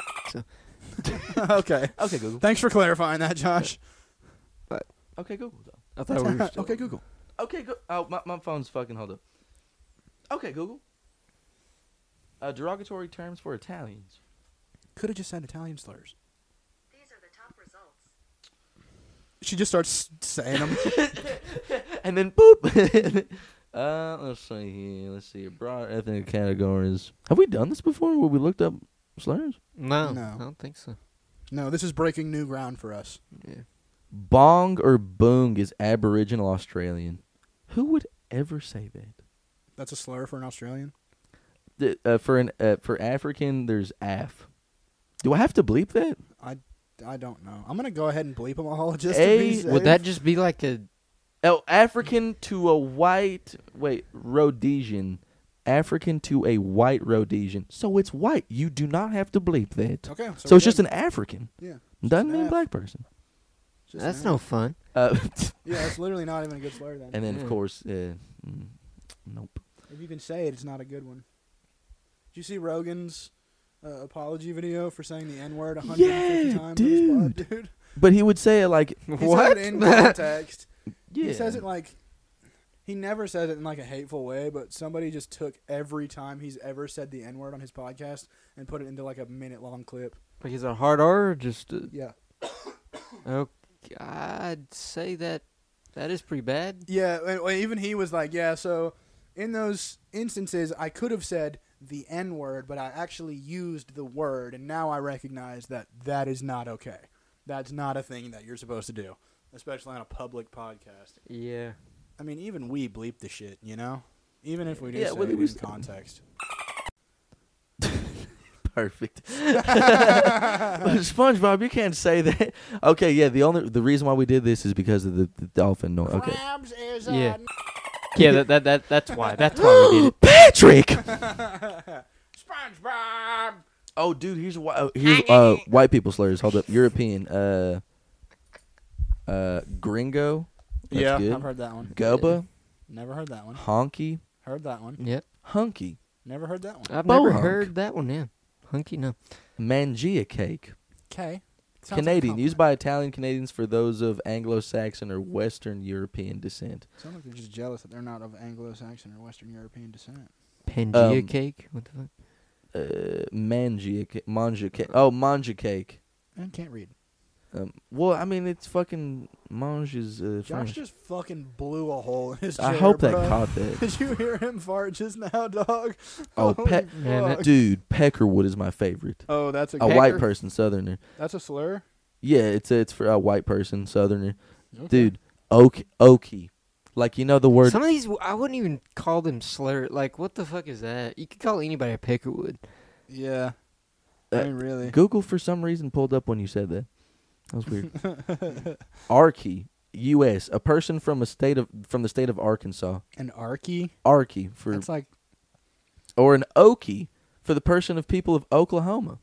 Speaker 1: okay.
Speaker 2: Okay, Google.
Speaker 1: Thanks for clarifying that, Josh.
Speaker 2: Okay, Google. Though.
Speaker 4: I thought we were still-
Speaker 1: okay, Google.
Speaker 2: Okay, go- oh, my, my phone's fucking hold up. Okay, Google. Uh, derogatory terms for Italians.
Speaker 1: Could have just said Italian slurs.
Speaker 6: These are the top results.
Speaker 1: She just starts saying them.
Speaker 2: And then boop. uh, let's see here. Let's see. Broad ethnic categories. Have we done this before? Where we looked up slurs?
Speaker 4: No,
Speaker 1: No.
Speaker 4: I don't think so.
Speaker 1: no, this is breaking new ground for us.
Speaker 4: Yeah.
Speaker 2: Bong or boong is Aboriginal Australian. Who would ever say that?
Speaker 1: That's a slur for an Australian.
Speaker 2: Th- Uh, for an uh, for African, there's af. Do I have to bleep that?
Speaker 1: I, I don't know. I'm gonna go ahead and bleep them all just
Speaker 2: A-
Speaker 1: to be safe.
Speaker 4: Would that just be like a?
Speaker 2: Oh, African to a white. Wait, Rhodesian. African to a white Rhodesian. So it's white. You do not have to bleep that.
Speaker 1: okay? So,
Speaker 2: so
Speaker 1: we're
Speaker 2: it's just
Speaker 1: good.
Speaker 2: an African.
Speaker 1: yeah.
Speaker 2: Doesn't
Speaker 1: an
Speaker 2: mean
Speaker 1: af.
Speaker 2: black person.
Speaker 1: Just
Speaker 4: that's
Speaker 1: an
Speaker 4: no
Speaker 1: af.
Speaker 4: fun.
Speaker 2: Uh,
Speaker 1: Yeah, it's literally not even a good slur then.
Speaker 2: and then of
Speaker 4: Yeah.
Speaker 2: course, uh, mm, nope.
Speaker 1: if you can say it, it's not a good one. Did you see Rogan's uh, apology video for saying the N word 150
Speaker 2: Yeah,
Speaker 1: times? on his pod, dude.
Speaker 2: But he would say it like
Speaker 1: He said it in context.
Speaker 2: yeah.
Speaker 1: He says it like he never says it in like a hateful way, but somebody just took every time he's ever said the N word on his podcast and put it into like a minute long clip.
Speaker 4: Like is it a hard R or just? uh,
Speaker 2: Uh,
Speaker 4: A,
Speaker 1: Yeah.
Speaker 4: oh, I'd say that that is pretty bad.
Speaker 1: Yeah, and and even he was like, yeah, so in those instances I could have said the N word, but I actually used the word and now I recognize that that is not okay. That's not a thing that you're supposed to do, especially on a public podcast.
Speaker 4: Yeah.
Speaker 1: I mean, even we bleep the shit, you know? Even if we do
Speaker 2: Yeah,
Speaker 1: say
Speaker 2: well,
Speaker 1: it
Speaker 2: it was-
Speaker 1: in context.
Speaker 2: perfect. But SpongeBob, you can't say that. Okay, yeah. The only the reason why we did this is because of the, the dolphin noise. Okay,
Speaker 1: Crabs is
Speaker 4: Yeah. Yeah. That, that that that's why. That's why we did it.
Speaker 2: Patrick.
Speaker 1: SpongeBob.
Speaker 2: Oh, dude, here's whi- oh, here's uh, white people slurs. Hold up, European, uh, uh, gringo. That's
Speaker 1: yeah,
Speaker 2: good.
Speaker 1: I've heard that one.
Speaker 2: Gubba,
Speaker 1: Never heard that one.
Speaker 2: honky,
Speaker 1: Heard that one.
Speaker 4: Yep.
Speaker 2: hunky,
Speaker 1: Never heard that one.
Speaker 2: Uh,
Speaker 4: I've never
Speaker 2: Bohunk.
Speaker 4: heard that one. Yeah. Hunky no.
Speaker 2: mangia cake.
Speaker 1: Okay.
Speaker 2: Canadian, used by Italian Canadians for those of Anglo-Saxon or Western European descent.
Speaker 1: Sounds like they're just jealous that they're not of Anglo-Saxon or Western European descent.
Speaker 4: Pangea
Speaker 2: Um,
Speaker 4: cake. What the fuck?
Speaker 2: Uh, mangia, ca- mangia cake. Oh, mangia cake.
Speaker 1: And can't read.
Speaker 2: Um, well, I mean, it's fucking mange is uh,
Speaker 1: Josh
Speaker 2: French.
Speaker 1: just fucking blew a hole in his chair.
Speaker 2: I hope that
Speaker 1: bruh.
Speaker 2: caught that.
Speaker 1: Did you hear him fart just now, dog?
Speaker 2: Oh,
Speaker 1: Holy
Speaker 2: pe-
Speaker 4: Man, that-
Speaker 1: fuck.
Speaker 2: dude, Peckerwood is my favorite.
Speaker 1: Oh, that's a,
Speaker 2: A
Speaker 1: good-
Speaker 2: white person, Southerner.
Speaker 1: That's a slur.
Speaker 2: Yeah, it's it's for a white person, Southerner.
Speaker 1: Okay.
Speaker 2: Dude, oak, oaky. Like you know the word
Speaker 4: Some of these, w- I wouldn't even call them slur. Like, what the fuck is that? You could call anybody a pickerwood.
Speaker 1: Yeah.
Speaker 2: Uh,
Speaker 1: I mean, really.
Speaker 2: Google for some reason pulled up when you said that. That was weird. Arky, U.S. A person from a state of from the state of Arkansas.
Speaker 1: An Arky?
Speaker 2: Arky for
Speaker 1: It's like
Speaker 2: or an Okie for the person of people of Oklahoma,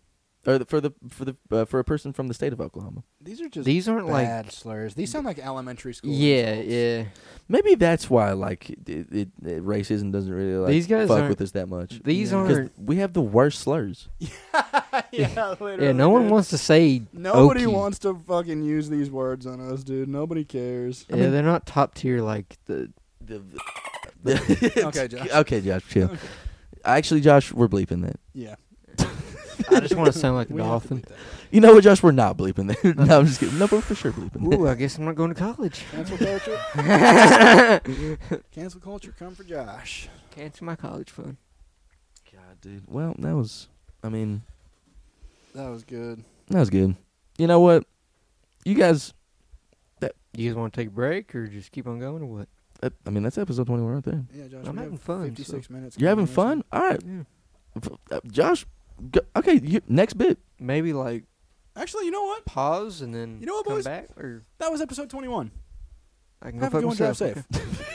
Speaker 2: or the, for the for the uh, for a person from the state of Oklahoma.
Speaker 1: these are just
Speaker 4: These aren't like.
Speaker 1: bad slurs. These sound like elementary school.
Speaker 4: Yeah,
Speaker 1: insults.
Speaker 4: yeah.
Speaker 2: Maybe that's why like it, it, it- racism doesn't really like
Speaker 4: These guys
Speaker 2: fuck
Speaker 4: aren't-
Speaker 2: with us that much.
Speaker 4: These
Speaker 1: Yeah.
Speaker 2: 'Cause
Speaker 4: aren't.
Speaker 2: we have the worst slurs.
Speaker 1: yeah, literally.
Speaker 4: Yeah, no one
Speaker 1: dude.
Speaker 4: wants to say.
Speaker 1: Nobody
Speaker 4: Okie.
Speaker 1: wants to fucking use these words on us, dude. Nobody cares.
Speaker 4: Yeah, they're not top tier like the.
Speaker 2: The, the-
Speaker 1: Okay, Josh.
Speaker 4: uh,
Speaker 2: Okay, Josh. Chill. Actually, Josh, we're bleeping that.
Speaker 1: Yeah.
Speaker 4: I just want to sound like a
Speaker 1: We have to
Speaker 4: dolphin.
Speaker 1: delete
Speaker 2: You know what, Josh? We're not bleeping that. no, I'm just kidding. No, we're for sure bleeping that.
Speaker 4: Ooh, I guess I'm not going to college.
Speaker 1: that. Cancel culture. Cancel culture. Come for Josh.
Speaker 4: Cancel my college fund.
Speaker 2: God, dude. Well, that was. I mean,
Speaker 1: That was good.
Speaker 2: that was good. You know what? You guys.
Speaker 4: You guys want to take a break or just keep on going or what?
Speaker 2: that- uh, I mean, that's episode 21 right there.
Speaker 1: Yeah, Josh.
Speaker 4: I'm
Speaker 1: we
Speaker 4: having
Speaker 1: have
Speaker 4: fun,
Speaker 1: 56 minutes.
Speaker 2: You're having
Speaker 1: Continue.
Speaker 2: fun? All right. F- uh, Josh, go, okay, you, next bit.
Speaker 4: Maybe like
Speaker 1: Actually, you know what?
Speaker 4: pause and then
Speaker 1: You know what,
Speaker 4: come
Speaker 1: boys?
Speaker 4: back or
Speaker 1: That was episode 21.
Speaker 4: I can go
Speaker 1: Have a
Speaker 4: fuck
Speaker 1: good one. Drive
Speaker 4: myself.
Speaker 1: safe.
Speaker 4: okay?